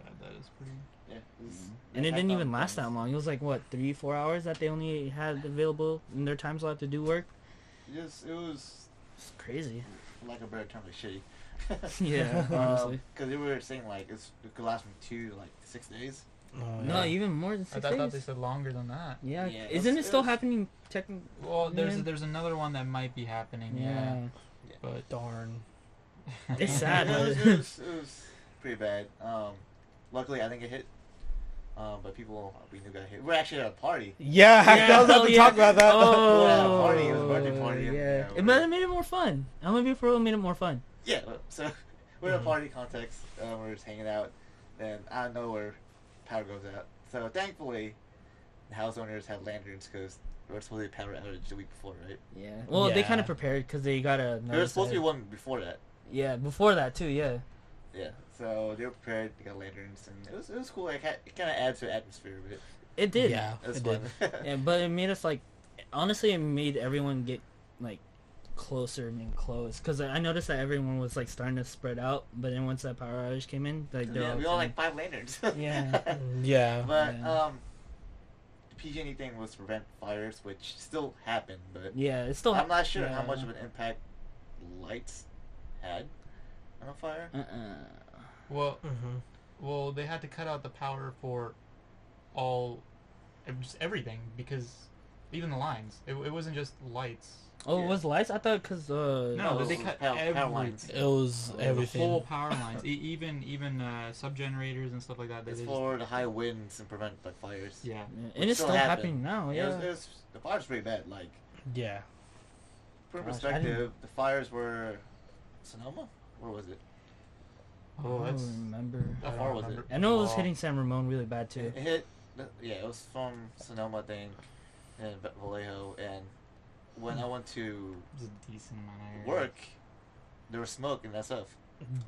[SPEAKER 1] God, that is pretty.
[SPEAKER 4] Yeah, it's-
[SPEAKER 3] Mm-hmm. and it
[SPEAKER 4] impact
[SPEAKER 3] didn't
[SPEAKER 4] on
[SPEAKER 3] even last
[SPEAKER 4] things.
[SPEAKER 3] that long. It was like what three, four hours that they only had available in their time slot to do work.
[SPEAKER 4] Yes, it was
[SPEAKER 3] It's crazy.
[SPEAKER 4] for lack of a better term, like shitty.
[SPEAKER 3] Yeah, honestly.
[SPEAKER 4] Um, Because they were saying like it's, it could last from two to like six days.
[SPEAKER 2] Oh,
[SPEAKER 3] No,
[SPEAKER 1] Yeah.
[SPEAKER 3] even more than
[SPEAKER 1] I,
[SPEAKER 3] six
[SPEAKER 1] th- I thought they
[SPEAKER 3] days.
[SPEAKER 1] said longer than that.
[SPEAKER 3] Yeah.
[SPEAKER 5] Yeah,
[SPEAKER 3] Isn't it
[SPEAKER 5] that's-
[SPEAKER 3] still
[SPEAKER 5] that's-
[SPEAKER 3] happening? Technically.
[SPEAKER 1] Well, there's
[SPEAKER 3] Yeah.
[SPEAKER 1] there's another one that might be happening. Yeah,
[SPEAKER 3] Yeah.
[SPEAKER 1] but
[SPEAKER 2] Darn.
[SPEAKER 3] It's sad.
[SPEAKER 4] it, was,
[SPEAKER 3] but-
[SPEAKER 4] it, was, it was pretty bad. Um, luckily, I didn't get hit. Um, but people we knew got hit. We're actually at a party.
[SPEAKER 2] Yeah, I was about
[SPEAKER 3] hell
[SPEAKER 2] to
[SPEAKER 3] yeah.
[SPEAKER 2] talk about that.
[SPEAKER 3] Oh,
[SPEAKER 4] Yeah, party, it was a birthday party,
[SPEAKER 3] Yeah.
[SPEAKER 4] and, you know,
[SPEAKER 3] it might have made it more fun. I'm gonna be pro. Made it more fun.
[SPEAKER 4] Yeah, but- so we're at a
[SPEAKER 2] Mhm.
[SPEAKER 4] party context. Um, we're just hanging out, and out of nowhere, power goes out. So thankfully, the house owners had lanterns because there was supposed to be a power outage the week before, right?
[SPEAKER 3] Yeah. Well, they
[SPEAKER 2] Yeah.
[SPEAKER 3] kind of prepared because they got a.
[SPEAKER 4] There was supposed to be one before that.
[SPEAKER 3] Yeah, before that too. Yeah.
[SPEAKER 4] Yeah, so they were prepared. They got lanterns, and it was it was cool. Like, it kind of adds to the atmosphere of it.
[SPEAKER 3] It did.
[SPEAKER 2] Yeah,
[SPEAKER 4] It was
[SPEAKER 2] it
[SPEAKER 4] fun.
[SPEAKER 2] did.
[SPEAKER 3] Yeah, but it made us like, honestly, it made everyone get like closer and close because I I noticed that everyone was like starting to spread out. But then once that power outage came in, like they're
[SPEAKER 4] yeah,
[SPEAKER 3] all
[SPEAKER 4] we all
[SPEAKER 3] kinda-
[SPEAKER 4] like five lanterns.
[SPEAKER 3] Yeah.
[SPEAKER 2] Yeah.
[SPEAKER 4] but
[SPEAKER 3] Yeah.
[SPEAKER 4] um, the PG&E E thing was to prevent fires, which still happened, but
[SPEAKER 3] yeah, it's still.
[SPEAKER 4] I'm not sure how
[SPEAKER 3] yeah.
[SPEAKER 4] much of an impact lights had on a fire.
[SPEAKER 3] Uh-uh.
[SPEAKER 1] well,
[SPEAKER 2] hmm
[SPEAKER 1] well, they had to cut out the power for all, it was everything because even the lines. It, it wasn't just lights.
[SPEAKER 3] Oh,
[SPEAKER 4] Yeah.
[SPEAKER 3] it was lights? I thought because uh,
[SPEAKER 1] No,
[SPEAKER 4] No,
[SPEAKER 1] they
[SPEAKER 4] it was
[SPEAKER 1] cut
[SPEAKER 4] power- power
[SPEAKER 1] every-
[SPEAKER 4] lines.
[SPEAKER 2] It was everything.
[SPEAKER 1] The whole power lines, e- even even uh, sub generators and stuff like that. They,
[SPEAKER 4] It's
[SPEAKER 1] they just-
[SPEAKER 4] for the high winds and prevent like fires.
[SPEAKER 1] yeah.
[SPEAKER 3] and it's still,
[SPEAKER 4] still happened.
[SPEAKER 3] happening now.
[SPEAKER 4] It
[SPEAKER 3] Yeah,
[SPEAKER 4] was, it was, the fires pretty bad. Like
[SPEAKER 2] Yeah.
[SPEAKER 4] for
[SPEAKER 3] Gosh, I didn't-
[SPEAKER 4] perspective, the fires were Sonoma. Where was it?
[SPEAKER 1] Oh,
[SPEAKER 3] I don't
[SPEAKER 1] that's.
[SPEAKER 3] remember.
[SPEAKER 1] I
[SPEAKER 4] How
[SPEAKER 1] don't
[SPEAKER 4] far was
[SPEAKER 1] remember.
[SPEAKER 3] I know it was
[SPEAKER 1] Well,
[SPEAKER 3] hitting San Ramon really bad too.
[SPEAKER 4] It hit. Yeah, it was from Sonoma thing, and Vallejo. And when
[SPEAKER 3] Hmm.
[SPEAKER 4] I went to
[SPEAKER 1] It was a decent amount of area.
[SPEAKER 4] work, there was smoke and that stuff.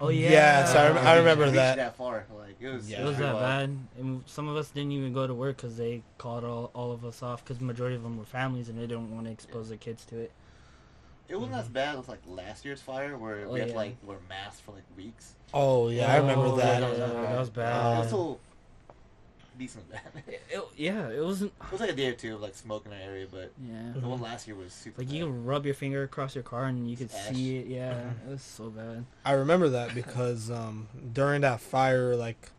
[SPEAKER 3] Oh yeah,
[SPEAKER 2] Yes, I, rem- I
[SPEAKER 4] It
[SPEAKER 2] remember
[SPEAKER 4] reached
[SPEAKER 2] that.
[SPEAKER 4] That far, like it was.
[SPEAKER 2] Yeah.
[SPEAKER 3] It was
[SPEAKER 4] pretty
[SPEAKER 3] that
[SPEAKER 4] wild.
[SPEAKER 3] bad, and some of us didn't even go to work because they called all, all of us off because majority of them were families and they didn't want to expose their kids to it.
[SPEAKER 4] It wasn't as bad as like last years fire where
[SPEAKER 3] Oh,
[SPEAKER 4] we had to
[SPEAKER 3] yeah.
[SPEAKER 4] like wear masks for like weeks.
[SPEAKER 2] Oh yeah, I remember
[SPEAKER 3] Oh,
[SPEAKER 2] that. Um,
[SPEAKER 3] yeah, that was- that was
[SPEAKER 4] it
[SPEAKER 2] bad.
[SPEAKER 4] was still decent bad.
[SPEAKER 3] It, it- yeah, it wasn't.
[SPEAKER 4] It was like a day or two of like smoke in that area, but
[SPEAKER 3] Yeah,
[SPEAKER 4] the one last year was super.
[SPEAKER 3] like you
[SPEAKER 4] bad.
[SPEAKER 3] could rub your finger across your car and you could
[SPEAKER 4] Ash.
[SPEAKER 3] see it. Yeah,
[SPEAKER 2] Mm-hmm.
[SPEAKER 3] it was so bad.
[SPEAKER 2] I remember that because um, during that fire, like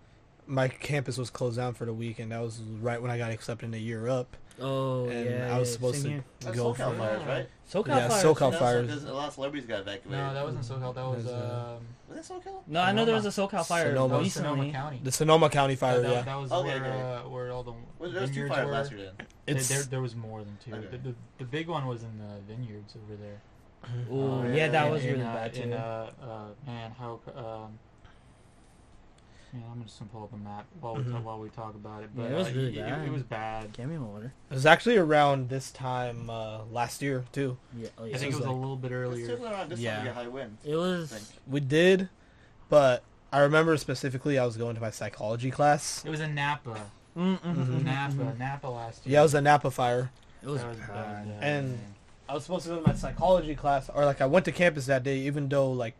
[SPEAKER 2] my campus was closed down for the week, and that was right when I got accepted into Europe,
[SPEAKER 3] Oh
[SPEAKER 2] and
[SPEAKER 3] yeah,
[SPEAKER 2] I was
[SPEAKER 3] yeah,
[SPEAKER 2] supposed
[SPEAKER 3] same
[SPEAKER 2] to
[SPEAKER 3] here.
[SPEAKER 4] That's
[SPEAKER 2] go
[SPEAKER 4] SoCal
[SPEAKER 2] for.
[SPEAKER 4] fires, right?
[SPEAKER 3] SoCal
[SPEAKER 2] Yeah,
[SPEAKER 3] fires.
[SPEAKER 2] SoCal
[SPEAKER 4] That's-
[SPEAKER 2] fires.
[SPEAKER 4] there's A lot of celebrities got evacuated.
[SPEAKER 1] No, that wasn't SoCal. That was
[SPEAKER 2] There's a-
[SPEAKER 1] um.
[SPEAKER 4] was that SoCal?
[SPEAKER 3] No, I know there was a
[SPEAKER 1] Sonoma.
[SPEAKER 3] SoCal fire
[SPEAKER 1] That
[SPEAKER 2] Sonoma.
[SPEAKER 1] was
[SPEAKER 3] recently.
[SPEAKER 1] Sonoma County.
[SPEAKER 2] The Sonoma County
[SPEAKER 1] Yeah,
[SPEAKER 2] fire,
[SPEAKER 1] that,
[SPEAKER 2] yeah.
[SPEAKER 1] that was
[SPEAKER 4] Okay,
[SPEAKER 1] where,
[SPEAKER 4] okay.
[SPEAKER 1] uh, where all the
[SPEAKER 4] Well, there was two
[SPEAKER 1] vineyards
[SPEAKER 4] fires
[SPEAKER 1] were.
[SPEAKER 4] last year then.
[SPEAKER 1] There-
[SPEAKER 2] It's
[SPEAKER 1] There, there was more than two.
[SPEAKER 4] Okay.
[SPEAKER 1] The, the, the big one was in the vineyards over there.
[SPEAKER 3] Ooh,
[SPEAKER 4] Oh,
[SPEAKER 3] yeah,
[SPEAKER 4] yeah,
[SPEAKER 3] that
[SPEAKER 4] in-
[SPEAKER 3] was
[SPEAKER 1] in,
[SPEAKER 3] really
[SPEAKER 1] uh,
[SPEAKER 3] bad too.
[SPEAKER 1] In, uh, uh, man, how? Um, man, I'm just gonna pull up a map while we
[SPEAKER 2] Mhm.
[SPEAKER 1] talk, while we talk about it. But
[SPEAKER 3] Mm-hmm. Yeah, it was
[SPEAKER 1] uh,
[SPEAKER 3] really
[SPEAKER 1] it, It,
[SPEAKER 3] bad.
[SPEAKER 1] was bad.
[SPEAKER 3] Give me water.
[SPEAKER 2] it was actually around this time uh, last year too.
[SPEAKER 3] Yeah, oh,
[SPEAKER 1] I
[SPEAKER 3] yeah.
[SPEAKER 1] think it was
[SPEAKER 2] was
[SPEAKER 1] a
[SPEAKER 2] like-
[SPEAKER 1] little bit
[SPEAKER 4] It's
[SPEAKER 1] earlier.
[SPEAKER 4] typically around this time
[SPEAKER 2] Yeah.
[SPEAKER 4] we get high wind.
[SPEAKER 3] It
[SPEAKER 4] I
[SPEAKER 3] was.
[SPEAKER 4] think.
[SPEAKER 2] We did, but I remember specifically I was going to my psychology class.
[SPEAKER 1] It was in Napa.
[SPEAKER 3] Mm, mm, mm, mm,
[SPEAKER 1] Napa.
[SPEAKER 3] mm.
[SPEAKER 1] Napa last year.
[SPEAKER 2] Yeah, it was a Napa fire.
[SPEAKER 3] It was
[SPEAKER 1] That was bad.
[SPEAKER 3] bad.
[SPEAKER 2] And- I was supposed to go to my psychology class, or like I went to campus that day, even though like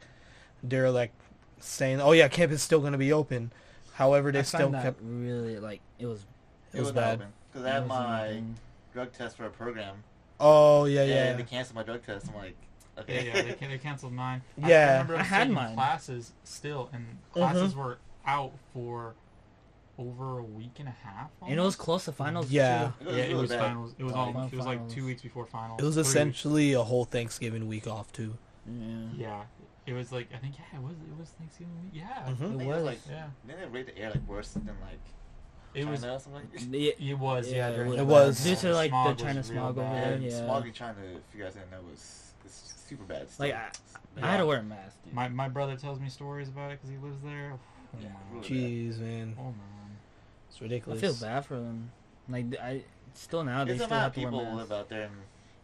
[SPEAKER 2] they're like saying, "Oh yeah, campus is still going to be open." However, they
[SPEAKER 3] I
[SPEAKER 2] still
[SPEAKER 3] found that
[SPEAKER 2] kept
[SPEAKER 3] really like it was.
[SPEAKER 2] it was bad.
[SPEAKER 4] Because I had
[SPEAKER 3] it was
[SPEAKER 4] my
[SPEAKER 3] amazing.
[SPEAKER 4] drug test for a program,
[SPEAKER 2] Oh yeah,
[SPEAKER 4] and
[SPEAKER 2] yeah,
[SPEAKER 4] they canceled my drug test. I'm like,
[SPEAKER 1] Yeah,
[SPEAKER 4] okay.
[SPEAKER 1] yeah, they, can- they canceled mine.
[SPEAKER 2] Yeah.
[SPEAKER 1] I, I remember
[SPEAKER 3] I
[SPEAKER 1] us
[SPEAKER 3] had
[SPEAKER 1] taking
[SPEAKER 3] mine.
[SPEAKER 1] Classes still, and classes were out for over a week and a half.
[SPEAKER 3] and it was close to finals.
[SPEAKER 2] Yeah.
[SPEAKER 1] almost.
[SPEAKER 3] too.
[SPEAKER 1] yeah, it
[SPEAKER 4] really
[SPEAKER 1] was
[SPEAKER 4] bad.
[SPEAKER 1] finals. It was all.
[SPEAKER 3] Final
[SPEAKER 1] It was like two
[SPEAKER 3] finals.
[SPEAKER 1] weeks before finals.
[SPEAKER 2] It was
[SPEAKER 1] three
[SPEAKER 2] essentially a whole Thanksgiving week off too.
[SPEAKER 1] weeks.
[SPEAKER 3] Yeah.
[SPEAKER 1] Yeah, it was like I think yeah, it was it was Thanksgiving. week. Yeah,
[SPEAKER 2] Mhm.
[SPEAKER 3] It was.
[SPEAKER 4] It was like,
[SPEAKER 1] yeah,
[SPEAKER 4] didn't they rate the air like worse than like
[SPEAKER 1] it was.
[SPEAKER 4] China or something? Like?
[SPEAKER 3] Yeah,
[SPEAKER 1] It was. Yeah,
[SPEAKER 3] it
[SPEAKER 1] during
[SPEAKER 3] was
[SPEAKER 1] the
[SPEAKER 2] It was.
[SPEAKER 1] pandemic.
[SPEAKER 3] due to like
[SPEAKER 1] Smog was
[SPEAKER 3] the China
[SPEAKER 1] real
[SPEAKER 3] smog over
[SPEAKER 1] bad.
[SPEAKER 3] there.
[SPEAKER 4] And
[SPEAKER 3] Yeah.
[SPEAKER 4] smog in China, if you guys didn't know, was it's super bad. still.
[SPEAKER 3] Like, I-
[SPEAKER 4] It's
[SPEAKER 3] I had
[SPEAKER 4] bad.
[SPEAKER 3] to wear a mask, dude.
[SPEAKER 1] My my brother tells me stories about it because he lives there. Oh
[SPEAKER 4] Yeah,
[SPEAKER 1] my-
[SPEAKER 4] really.
[SPEAKER 2] Jeez, man,
[SPEAKER 1] Oh man.
[SPEAKER 2] it's
[SPEAKER 3] I
[SPEAKER 2] ridiculous.
[SPEAKER 3] feel bad for them. Like th- I still now they
[SPEAKER 4] It's
[SPEAKER 3] still
[SPEAKER 4] about
[SPEAKER 3] have to wear
[SPEAKER 4] people who live
[SPEAKER 3] masks
[SPEAKER 4] out there and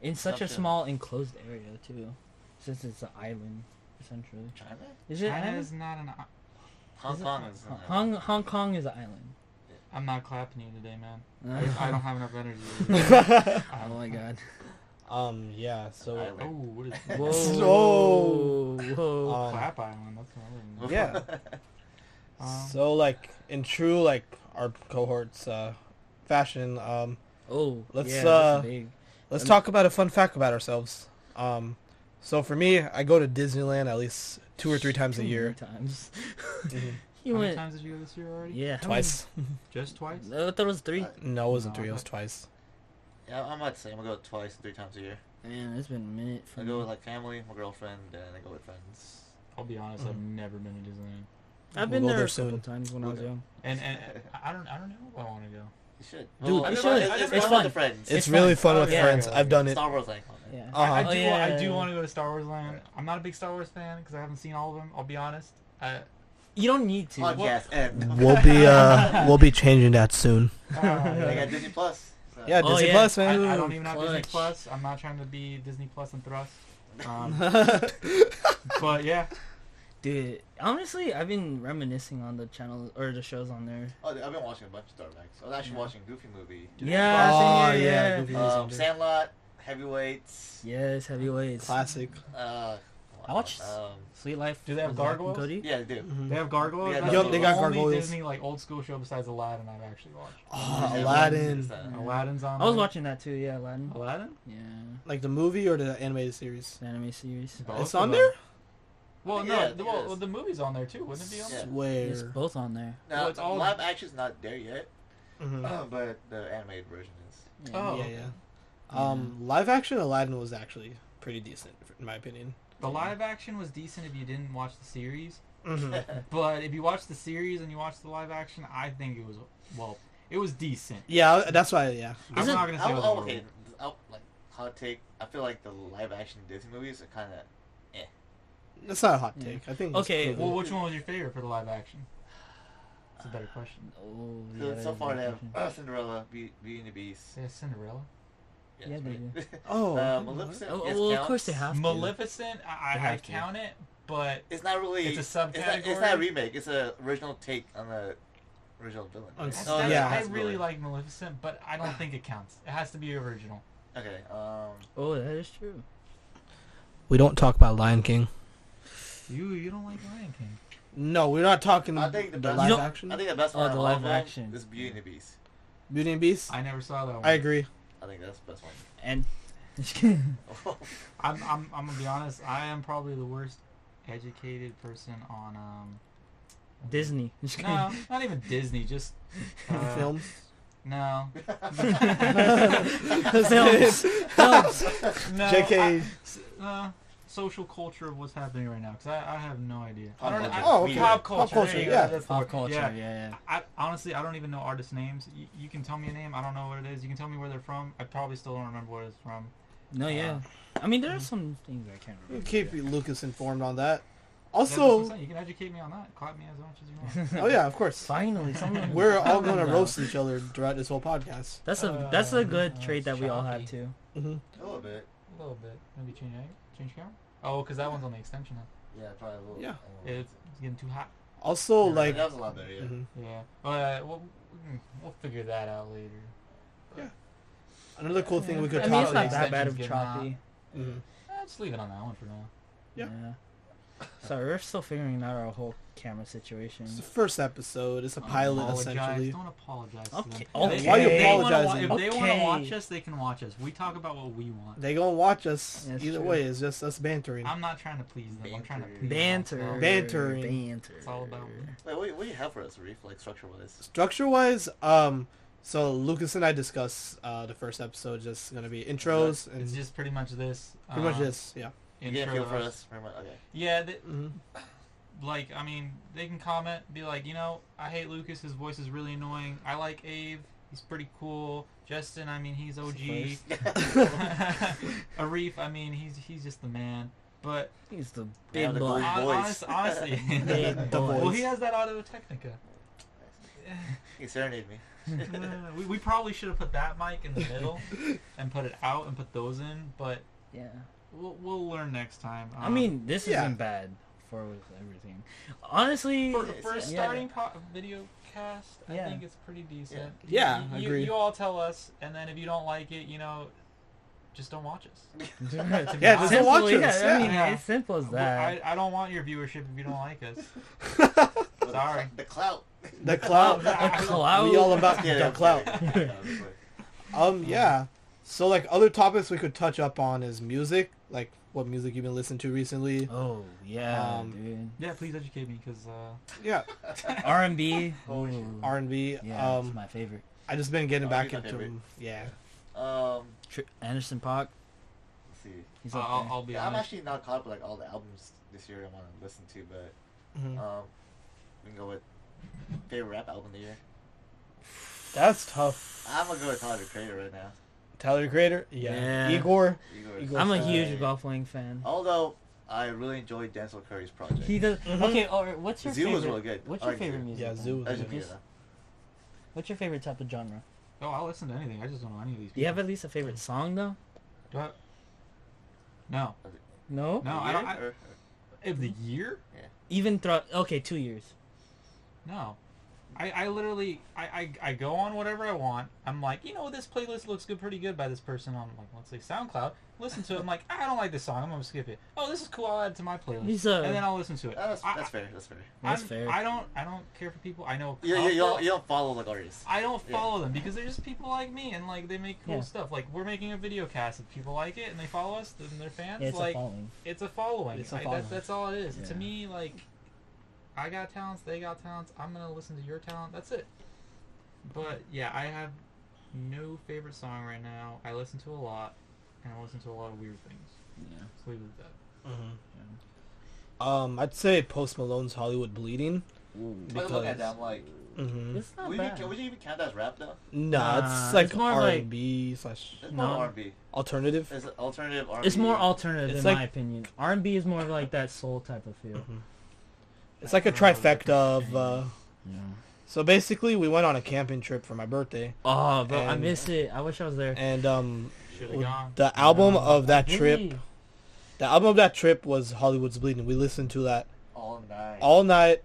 [SPEAKER 3] in such a
[SPEAKER 4] something.
[SPEAKER 3] small enclosed area too, since it's an island essentially.
[SPEAKER 4] China?
[SPEAKER 3] Is it? an
[SPEAKER 1] China
[SPEAKER 3] island?
[SPEAKER 1] is not an. i-
[SPEAKER 4] Hong
[SPEAKER 3] Is it-
[SPEAKER 4] Kong is uh, not.
[SPEAKER 3] Hong Hong Kong is an island.
[SPEAKER 1] I'm not clapping you today, man. I, I don't have enough energy.
[SPEAKER 3] Oh my god.
[SPEAKER 2] um, yeah. So
[SPEAKER 1] Oh, what is that?
[SPEAKER 3] Whoa.
[SPEAKER 2] So-
[SPEAKER 3] Whoa.
[SPEAKER 2] um,
[SPEAKER 1] Clap Island. That's another one.
[SPEAKER 2] Yeah.
[SPEAKER 1] Um,
[SPEAKER 2] so like in true like our cohort's uh, fashion, um,
[SPEAKER 3] oh,
[SPEAKER 2] let's,
[SPEAKER 3] yeah,
[SPEAKER 2] uh,
[SPEAKER 3] that's big.
[SPEAKER 2] Let's
[SPEAKER 3] Um,
[SPEAKER 2] talk about a fun fact about ourselves. Um, so for me, I go to Disneyland at least two or three times a
[SPEAKER 3] Too many
[SPEAKER 2] year.
[SPEAKER 3] Times. You
[SPEAKER 1] How many
[SPEAKER 3] went.
[SPEAKER 1] times did you go this year already?
[SPEAKER 3] Yeah. how
[SPEAKER 2] Twice.
[SPEAKER 1] Just twice?
[SPEAKER 3] many- I thought it was three.
[SPEAKER 2] no, it wasn't
[SPEAKER 1] No,
[SPEAKER 2] three. It
[SPEAKER 1] I-
[SPEAKER 2] was twice.
[SPEAKER 4] Yeah, I'm about to say I'm gonna go twice, three times a year.
[SPEAKER 3] Man, it's been a minute. For
[SPEAKER 4] I go
[SPEAKER 3] me.
[SPEAKER 4] with like family, my girlfriend, and I go with friends.
[SPEAKER 1] I'll be honest, I've
[SPEAKER 3] Mm-hmm.
[SPEAKER 1] never been to Disneyland.
[SPEAKER 3] I've
[SPEAKER 2] We'll
[SPEAKER 3] been
[SPEAKER 2] go
[SPEAKER 3] there,
[SPEAKER 2] there
[SPEAKER 3] a couple
[SPEAKER 2] soon.
[SPEAKER 3] times when I was
[SPEAKER 4] Okay.
[SPEAKER 3] young.
[SPEAKER 1] And, and I don't I don't know if I want to go.
[SPEAKER 4] You should.
[SPEAKER 2] Dude,
[SPEAKER 4] I
[SPEAKER 2] you
[SPEAKER 4] never-
[SPEAKER 3] should.
[SPEAKER 4] I- I
[SPEAKER 3] It's
[SPEAKER 4] never went
[SPEAKER 3] fun.
[SPEAKER 4] with friends.
[SPEAKER 2] It's
[SPEAKER 3] fun.
[SPEAKER 2] really fun
[SPEAKER 3] Oh,
[SPEAKER 2] with
[SPEAKER 3] yeah.
[SPEAKER 2] friends. I've done it.
[SPEAKER 4] Star Wars like. fun.
[SPEAKER 3] Yeah.
[SPEAKER 2] Uh-huh.
[SPEAKER 1] I, I
[SPEAKER 3] Oh,
[SPEAKER 1] do I do
[SPEAKER 3] yeah.
[SPEAKER 1] want to go to Star Wars Land. I'm not a big Star Wars fan because I haven't seen all of them. I'll be honest. I, uh,
[SPEAKER 3] You don't need to.
[SPEAKER 4] Podcast end.
[SPEAKER 2] We'll be uh, we'll be changing that soon.
[SPEAKER 4] I
[SPEAKER 1] I,
[SPEAKER 4] got Disney Plus. So.
[SPEAKER 2] Yeah,
[SPEAKER 3] Oh,
[SPEAKER 2] Disney
[SPEAKER 3] yeah.
[SPEAKER 2] Plus,
[SPEAKER 1] I
[SPEAKER 2] man.
[SPEAKER 1] don't even have Disney
[SPEAKER 3] Clutch.
[SPEAKER 1] Plus. I'm not trying to be Disney Plus and thrust. Um,
[SPEAKER 2] Oh,
[SPEAKER 1] but yeah,
[SPEAKER 3] Dude, honestly, I've been reminiscing on the channel or the shows on there.
[SPEAKER 4] Oh, dude, I've been watching a bunch of Star Trek. I was actually
[SPEAKER 3] Yeah.
[SPEAKER 4] watching Goofy movie.
[SPEAKER 3] Yeah,
[SPEAKER 2] Oh,
[SPEAKER 3] same here,
[SPEAKER 2] yeah,
[SPEAKER 3] yeah.
[SPEAKER 2] Goofy.
[SPEAKER 4] Um, Sandlot, Heavyweights.
[SPEAKER 3] Yes, heavyweights.
[SPEAKER 2] Classic.
[SPEAKER 4] Uh,
[SPEAKER 3] I watched-
[SPEAKER 4] Um,
[SPEAKER 3] Sweet Life.
[SPEAKER 1] Do they have
[SPEAKER 3] with Zach and
[SPEAKER 1] gargoyles?
[SPEAKER 3] Cody?
[SPEAKER 4] yeah, they do.
[SPEAKER 2] Mm-hmm.
[SPEAKER 1] they have gargoyles.
[SPEAKER 4] Yeah,
[SPEAKER 1] That's
[SPEAKER 4] Yup,
[SPEAKER 1] the
[SPEAKER 4] they got
[SPEAKER 1] only
[SPEAKER 2] gargoyles.
[SPEAKER 1] Disney like old school show besides Aladdin I've actually watched.
[SPEAKER 2] Oh, Aladdin,
[SPEAKER 4] Yeah, Aladdin. uh,
[SPEAKER 3] Yeah.
[SPEAKER 1] Aladdin's on.
[SPEAKER 3] Mm. I was
[SPEAKER 4] Uh-huh.
[SPEAKER 1] there.
[SPEAKER 3] watching that too. Yeah, Aladdin.
[SPEAKER 4] Oh.
[SPEAKER 1] Aladdin.
[SPEAKER 3] Yeah,
[SPEAKER 2] like the movie or the animated series?
[SPEAKER 3] it's an anime series.
[SPEAKER 1] Both
[SPEAKER 2] it's
[SPEAKER 1] of
[SPEAKER 2] on
[SPEAKER 1] them.
[SPEAKER 2] there.
[SPEAKER 1] Well,
[SPEAKER 4] Yeah,
[SPEAKER 1] no,
[SPEAKER 4] it
[SPEAKER 1] the, well,
[SPEAKER 4] is.
[SPEAKER 1] well, the movie's on there too, wouldn't it be on?
[SPEAKER 4] Yeah.
[SPEAKER 1] there?
[SPEAKER 3] It's
[SPEAKER 2] Swear.
[SPEAKER 3] both on there.
[SPEAKER 4] Now,
[SPEAKER 1] Well, it's all-
[SPEAKER 4] live action's not there yet,
[SPEAKER 3] Mm.
[SPEAKER 4] uh,
[SPEAKER 2] Mhm.
[SPEAKER 4] but the animated version is.
[SPEAKER 3] Yeah.
[SPEAKER 1] Oh.
[SPEAKER 2] yeah,
[SPEAKER 1] okay.
[SPEAKER 2] yeah. Um, live action Aladdin was actually pretty decent, in my opinion.
[SPEAKER 1] The
[SPEAKER 3] Yeah.
[SPEAKER 1] live action was decent if you didn't watch the series,
[SPEAKER 3] Mm-hmm.
[SPEAKER 2] Mhm.
[SPEAKER 1] but if you watch the series and you watch the live action, I think it was well, it was decent.
[SPEAKER 2] yeah, that's why. Yeah,
[SPEAKER 1] I'm
[SPEAKER 3] Is it-
[SPEAKER 1] not gonna say it
[SPEAKER 4] I'll,
[SPEAKER 1] was
[SPEAKER 4] I'll-
[SPEAKER 1] horrible.
[SPEAKER 4] oh, okay, I'll, like hot take. I feel like the live action Disney movies are kind of.
[SPEAKER 2] that's not a hot
[SPEAKER 3] Yeah.
[SPEAKER 2] take. I think.
[SPEAKER 3] Okay,
[SPEAKER 2] it's
[SPEAKER 1] Well,
[SPEAKER 2] cool.
[SPEAKER 1] which one was your favorite for the live action? That's a better question.
[SPEAKER 3] Oh,
[SPEAKER 4] So,
[SPEAKER 3] yeah, Mm-hmm.
[SPEAKER 4] so far, they
[SPEAKER 3] yeah.
[SPEAKER 4] have uh, Cinderella, Be- Beauty and the Beast.
[SPEAKER 1] Say Cinderella.
[SPEAKER 3] Yeah,
[SPEAKER 4] it's
[SPEAKER 3] they
[SPEAKER 4] pretty-
[SPEAKER 2] oh,
[SPEAKER 4] uh,
[SPEAKER 2] I don't know.
[SPEAKER 4] Maleficent.
[SPEAKER 3] Oh,
[SPEAKER 4] yes,
[SPEAKER 3] well, of
[SPEAKER 4] counts.
[SPEAKER 3] course they have to.
[SPEAKER 1] Maleficent. I,
[SPEAKER 3] They
[SPEAKER 1] I, I
[SPEAKER 3] have to.
[SPEAKER 1] count it, but
[SPEAKER 4] It's not really.
[SPEAKER 1] It's a
[SPEAKER 4] It's not, it's
[SPEAKER 1] subcategory?
[SPEAKER 4] not a remake. It's an original take on the original villain.
[SPEAKER 2] On
[SPEAKER 4] right?
[SPEAKER 1] that's,
[SPEAKER 2] Oh,
[SPEAKER 1] that's-
[SPEAKER 2] yeah.
[SPEAKER 1] I
[SPEAKER 4] That's
[SPEAKER 1] really
[SPEAKER 4] villain.
[SPEAKER 1] like Maleficent, but I don't think it counts. It has to be original.
[SPEAKER 4] Okay. Um.
[SPEAKER 3] Oh, that is true.
[SPEAKER 2] We don't talk about Lion King.
[SPEAKER 1] You you don't like Lion King.
[SPEAKER 2] No, we're not talking
[SPEAKER 4] I think the
[SPEAKER 2] the
[SPEAKER 4] best-
[SPEAKER 2] live
[SPEAKER 3] You know-
[SPEAKER 2] action.
[SPEAKER 4] I think the best
[SPEAKER 3] Oh,
[SPEAKER 4] one.
[SPEAKER 3] the
[SPEAKER 4] of all
[SPEAKER 3] live
[SPEAKER 4] of them
[SPEAKER 3] action.
[SPEAKER 4] is Beauty and the Beast.
[SPEAKER 2] Beauty and Beast. I,
[SPEAKER 1] I never saw that one.
[SPEAKER 2] agree.
[SPEAKER 4] I think that's the best one.
[SPEAKER 3] And
[SPEAKER 1] I'm, I'm, I'm gonna be honest. I am probably the worst educated person on um.
[SPEAKER 3] Disney.
[SPEAKER 1] No, not even Disney. Just uh,
[SPEAKER 2] Films.
[SPEAKER 1] No,
[SPEAKER 3] Films. Films.
[SPEAKER 1] no.
[SPEAKER 2] JK.
[SPEAKER 1] I- s- uh, social culture of what's happening right now, because I, I have no idea.
[SPEAKER 4] Pop
[SPEAKER 1] I don't, I,
[SPEAKER 4] culture.
[SPEAKER 2] Oh, okay.
[SPEAKER 1] pop
[SPEAKER 4] Pop
[SPEAKER 1] culture. there
[SPEAKER 2] culture,
[SPEAKER 1] you go,
[SPEAKER 2] yeah.
[SPEAKER 1] that's the
[SPEAKER 3] Pop
[SPEAKER 1] word.
[SPEAKER 3] culture. Yeah, yeah.
[SPEAKER 1] I, honestly, I don't even know artists' names. You, you can tell me a name. I don't know what it is. You can tell me where they're from. I probably still don't remember where it's from.
[SPEAKER 3] No, Uh, yeah. I mean, there are some things I can't
[SPEAKER 2] We'll
[SPEAKER 3] remember.
[SPEAKER 2] keep Lucas informed on
[SPEAKER 1] That's
[SPEAKER 2] that.
[SPEAKER 1] what I'm
[SPEAKER 2] Also,
[SPEAKER 1] saying. you can educate me on that. Clap me as much as you want.
[SPEAKER 2] oh yeah, of course.
[SPEAKER 3] Finally, someone.
[SPEAKER 2] We're all
[SPEAKER 3] Finally,
[SPEAKER 2] going to
[SPEAKER 3] bro.
[SPEAKER 2] roast each other throughout this whole podcast.
[SPEAKER 3] That's a that's a
[SPEAKER 1] Um,
[SPEAKER 3] good
[SPEAKER 1] uh,
[SPEAKER 3] trait that we all
[SPEAKER 1] shall
[SPEAKER 3] have
[SPEAKER 1] we?
[SPEAKER 3] too.
[SPEAKER 2] hmm
[SPEAKER 4] A little bit.
[SPEAKER 1] a little bit. Maybe change change camera. Oh, because that one's on the extension. Huh?
[SPEAKER 4] Yeah, probably a little.
[SPEAKER 2] Yeah.
[SPEAKER 4] a little
[SPEAKER 1] It's getting too hot.
[SPEAKER 2] Also,
[SPEAKER 4] bit.
[SPEAKER 2] like,
[SPEAKER 4] that was a lot better. Yeah.
[SPEAKER 2] mhm.
[SPEAKER 1] Yeah. Uh, we'll, mm, we'll figure that out later.
[SPEAKER 2] another cool thing we could
[SPEAKER 3] I
[SPEAKER 2] talk
[SPEAKER 3] mean, it's not
[SPEAKER 2] about.
[SPEAKER 3] that
[SPEAKER 1] Extensions
[SPEAKER 3] bad of
[SPEAKER 1] get
[SPEAKER 3] choppy.
[SPEAKER 2] Mhm.
[SPEAKER 1] Eh, just leave it on that one for now.
[SPEAKER 2] Yeah.
[SPEAKER 3] So we're still figuring out our whole camera situation.
[SPEAKER 2] It's the first episode. It's a pilot,
[SPEAKER 1] Apologize.
[SPEAKER 2] essentially. Oh,
[SPEAKER 1] Don't apologize.
[SPEAKER 3] Okay.
[SPEAKER 1] To them.
[SPEAKER 3] Okay.
[SPEAKER 1] They-
[SPEAKER 2] Why
[SPEAKER 1] if they wanna wa-
[SPEAKER 2] apologizing?
[SPEAKER 1] If they want to
[SPEAKER 3] Okay.
[SPEAKER 1] watch us, they can watch us. We talk about what we want.
[SPEAKER 2] They gonna watch us
[SPEAKER 3] That's
[SPEAKER 2] either
[SPEAKER 3] true.
[SPEAKER 2] way. It's just us bantering.
[SPEAKER 1] I'm not trying to please them. I'm trying to please
[SPEAKER 3] Banter.
[SPEAKER 1] myself.
[SPEAKER 2] Banter.
[SPEAKER 3] Banter.
[SPEAKER 1] It's all about me.
[SPEAKER 4] Wait, what, what do you have for us, Reef? Like structure wise?
[SPEAKER 2] Structure wise, um, so Lucas and I discuss uh, the first episode. Just gonna be intros and
[SPEAKER 1] It's just uh, pretty much this.
[SPEAKER 2] pretty much this. Yeah.
[SPEAKER 4] You
[SPEAKER 1] intro
[SPEAKER 4] get a feel for
[SPEAKER 1] us.
[SPEAKER 4] us? Pretty much. Okay.
[SPEAKER 1] Yeah, th-
[SPEAKER 2] hmm
[SPEAKER 1] like I mean, they can comment, be like, you know, I hate Lucas. His voice is really annoying. I like Abe. He's pretty cool. Justin, I mean, he's OG. Arif, I mean, he's he's just the man. But
[SPEAKER 3] He's the
[SPEAKER 4] Yeah,
[SPEAKER 3] big
[SPEAKER 4] the
[SPEAKER 3] boy.
[SPEAKER 4] gold-
[SPEAKER 1] hon-
[SPEAKER 4] voice.
[SPEAKER 1] honest, honestly,
[SPEAKER 3] Big
[SPEAKER 2] The
[SPEAKER 3] boy.
[SPEAKER 1] well, he has that Auto Technica.
[SPEAKER 4] You serenade me.
[SPEAKER 1] we, we probably should have put that mic in the middle and put it out and put those in, but
[SPEAKER 3] Yeah.
[SPEAKER 1] we'll, we'll learn next time.
[SPEAKER 3] I
[SPEAKER 1] Um,
[SPEAKER 3] mean, this
[SPEAKER 2] yeah.
[SPEAKER 3] isn't bad for with everything. Honestly,
[SPEAKER 1] for, for a
[SPEAKER 3] yeah.
[SPEAKER 1] starting po- video cast, I
[SPEAKER 3] Yeah.
[SPEAKER 1] think it's pretty decent.
[SPEAKER 2] Yeah,
[SPEAKER 1] you, you-
[SPEAKER 2] agree.
[SPEAKER 1] You all tell us, and then if you don't like it, you know, just don't watch us.
[SPEAKER 2] Yeah, just don't
[SPEAKER 3] Simple,
[SPEAKER 2] watch
[SPEAKER 3] yeah,
[SPEAKER 2] us.
[SPEAKER 3] I mean,
[SPEAKER 2] Yeah.
[SPEAKER 1] Yeah.
[SPEAKER 3] it's simple as that.
[SPEAKER 1] I, I don't want your viewership if you don't like us.
[SPEAKER 4] Well, the cl-
[SPEAKER 1] Sorry.
[SPEAKER 4] The clout.
[SPEAKER 2] The clout.
[SPEAKER 3] A cloud.
[SPEAKER 2] We all about
[SPEAKER 4] Yeah,
[SPEAKER 2] the
[SPEAKER 4] okay.
[SPEAKER 2] clout.
[SPEAKER 4] Yeah, obviously.
[SPEAKER 2] Um, yeah. So like other topics we could touch up on is music, like what music you've been listening to recently.
[SPEAKER 3] Oh yeah,
[SPEAKER 2] Um,
[SPEAKER 3] dude.
[SPEAKER 1] Yeah, please educate me, because uh,
[SPEAKER 2] Yeah,
[SPEAKER 3] R and B.
[SPEAKER 4] Oh, shit.
[SPEAKER 2] R and B.
[SPEAKER 3] Yeah, it's
[SPEAKER 2] Um,
[SPEAKER 3] my favorite.
[SPEAKER 2] I just been getting
[SPEAKER 4] Oh,
[SPEAKER 2] back
[SPEAKER 4] he's my favorite.
[SPEAKER 2] into. Yeah,
[SPEAKER 4] Um,
[SPEAKER 3] Tr- Anderson Park.
[SPEAKER 4] let's see.
[SPEAKER 3] He's
[SPEAKER 1] I'll,
[SPEAKER 3] up
[SPEAKER 1] I'll,
[SPEAKER 3] there.
[SPEAKER 1] I'll be
[SPEAKER 4] Yeah, I'm
[SPEAKER 1] honest.
[SPEAKER 4] actually not caught up with like all the albums this year I want to listen to, but
[SPEAKER 2] Mhm.
[SPEAKER 4] um, we can go with favorite rap album of the year.
[SPEAKER 2] that's tough.
[SPEAKER 4] I'm gonna go with Tyler the Creator right now.
[SPEAKER 2] Tyler the Creator. Yeah.
[SPEAKER 3] Yeah.
[SPEAKER 2] Igor.
[SPEAKER 4] Igor
[SPEAKER 2] I'm
[SPEAKER 4] is
[SPEAKER 3] I'm a
[SPEAKER 4] my-
[SPEAKER 3] huge golf wing fan.
[SPEAKER 4] Although I really enjoyed Denzel Curry's project.
[SPEAKER 3] He does.
[SPEAKER 2] Mhm.
[SPEAKER 3] Okay, all right, what's your
[SPEAKER 4] Zoo was
[SPEAKER 3] favorite?
[SPEAKER 4] really good.
[SPEAKER 3] What's
[SPEAKER 4] I
[SPEAKER 3] your
[SPEAKER 4] like
[SPEAKER 3] favorite
[SPEAKER 4] Zoo.
[SPEAKER 3] music?
[SPEAKER 2] Yeah,
[SPEAKER 3] then?
[SPEAKER 2] Zoo was
[SPEAKER 4] That's
[SPEAKER 2] good.
[SPEAKER 4] just me,
[SPEAKER 3] Just-
[SPEAKER 4] though.
[SPEAKER 3] What's your favorite type of genre?
[SPEAKER 1] Oh, I'll listen to anything. I just don't know any of these. People.
[SPEAKER 3] Do you have at least a favorite song though?
[SPEAKER 1] Do I- No.
[SPEAKER 3] No.
[SPEAKER 1] No,
[SPEAKER 4] The
[SPEAKER 1] I don't-
[SPEAKER 4] year?
[SPEAKER 1] I-
[SPEAKER 4] Or- uh,
[SPEAKER 1] Of the year?
[SPEAKER 3] Even throughout. Okay, two years.
[SPEAKER 1] No. I, I literally I, I, I go on whatever I want. I'm like, you know, this playlist looks good, pretty good by this person on like let's say SoundCloud. Listen to it. I'm like, "Ah, I don't like this song. I'm gonna skip it. Oh, this is cool. I'll add it to my playlist,
[SPEAKER 3] He's a-
[SPEAKER 1] and then I'll listen to it.
[SPEAKER 4] Oh, that's,
[SPEAKER 1] I,
[SPEAKER 4] that's fair. That's fair.
[SPEAKER 1] I,
[SPEAKER 3] That's
[SPEAKER 1] I'm-
[SPEAKER 3] fair.
[SPEAKER 1] I don't I don't care for people. I know. a
[SPEAKER 4] You, you, you,
[SPEAKER 1] couple-
[SPEAKER 4] don't, you don't follow like artists.
[SPEAKER 1] I don't
[SPEAKER 4] Yeah.
[SPEAKER 1] follow them because they're just people like me and like they make cool
[SPEAKER 3] Yeah.
[SPEAKER 1] stuff. Like we're making a video cast. If people like it and they follow us, then they're fans.
[SPEAKER 3] Yeah, it's
[SPEAKER 1] like
[SPEAKER 3] a following.
[SPEAKER 1] it's a following.
[SPEAKER 3] It's a
[SPEAKER 1] I- that-
[SPEAKER 3] following.
[SPEAKER 1] that's all it is.
[SPEAKER 3] Yeah.
[SPEAKER 1] To me, like, I got talents, they got talents. I'm gonna listen to your talent. That's it. But yeah, I have no favorite song right now. I listen to a lot, and I listen to a lot of weird things.
[SPEAKER 3] Yeah.
[SPEAKER 1] Let's leave it at that.
[SPEAKER 2] Mm-hmm. Um, I'd say Post Malone's Hollywood Bleeding.
[SPEAKER 4] But look at
[SPEAKER 2] Because-
[SPEAKER 4] that, I'm like,
[SPEAKER 2] Mm-hmm.
[SPEAKER 3] It's not
[SPEAKER 4] would you,
[SPEAKER 3] bad.
[SPEAKER 4] even- would you even count that as rap though?
[SPEAKER 2] Nah, it's
[SPEAKER 3] Nah,
[SPEAKER 2] like
[SPEAKER 3] it's more
[SPEAKER 2] R
[SPEAKER 3] like-
[SPEAKER 2] and B slash
[SPEAKER 4] It's more
[SPEAKER 3] No.
[SPEAKER 4] R&B.
[SPEAKER 2] alternative.
[SPEAKER 4] It's alternative R&B.
[SPEAKER 3] It's more alternative,
[SPEAKER 2] It's
[SPEAKER 3] in
[SPEAKER 2] like-
[SPEAKER 3] my opinion. R and B is more like that soul type of feel.
[SPEAKER 2] It's like a trifecta of. Uh,
[SPEAKER 3] Yeah.
[SPEAKER 2] so basically, we went on a camping trip for my birthday,
[SPEAKER 3] Oh, bro, I
[SPEAKER 2] And-
[SPEAKER 3] miss it. I wish I was there.
[SPEAKER 2] and um,
[SPEAKER 1] Should have gone.
[SPEAKER 2] the album of that
[SPEAKER 3] Really?
[SPEAKER 2] trip, the album of that trip was Hollywood's Bleeding. We listened to that
[SPEAKER 4] all night.
[SPEAKER 2] all night.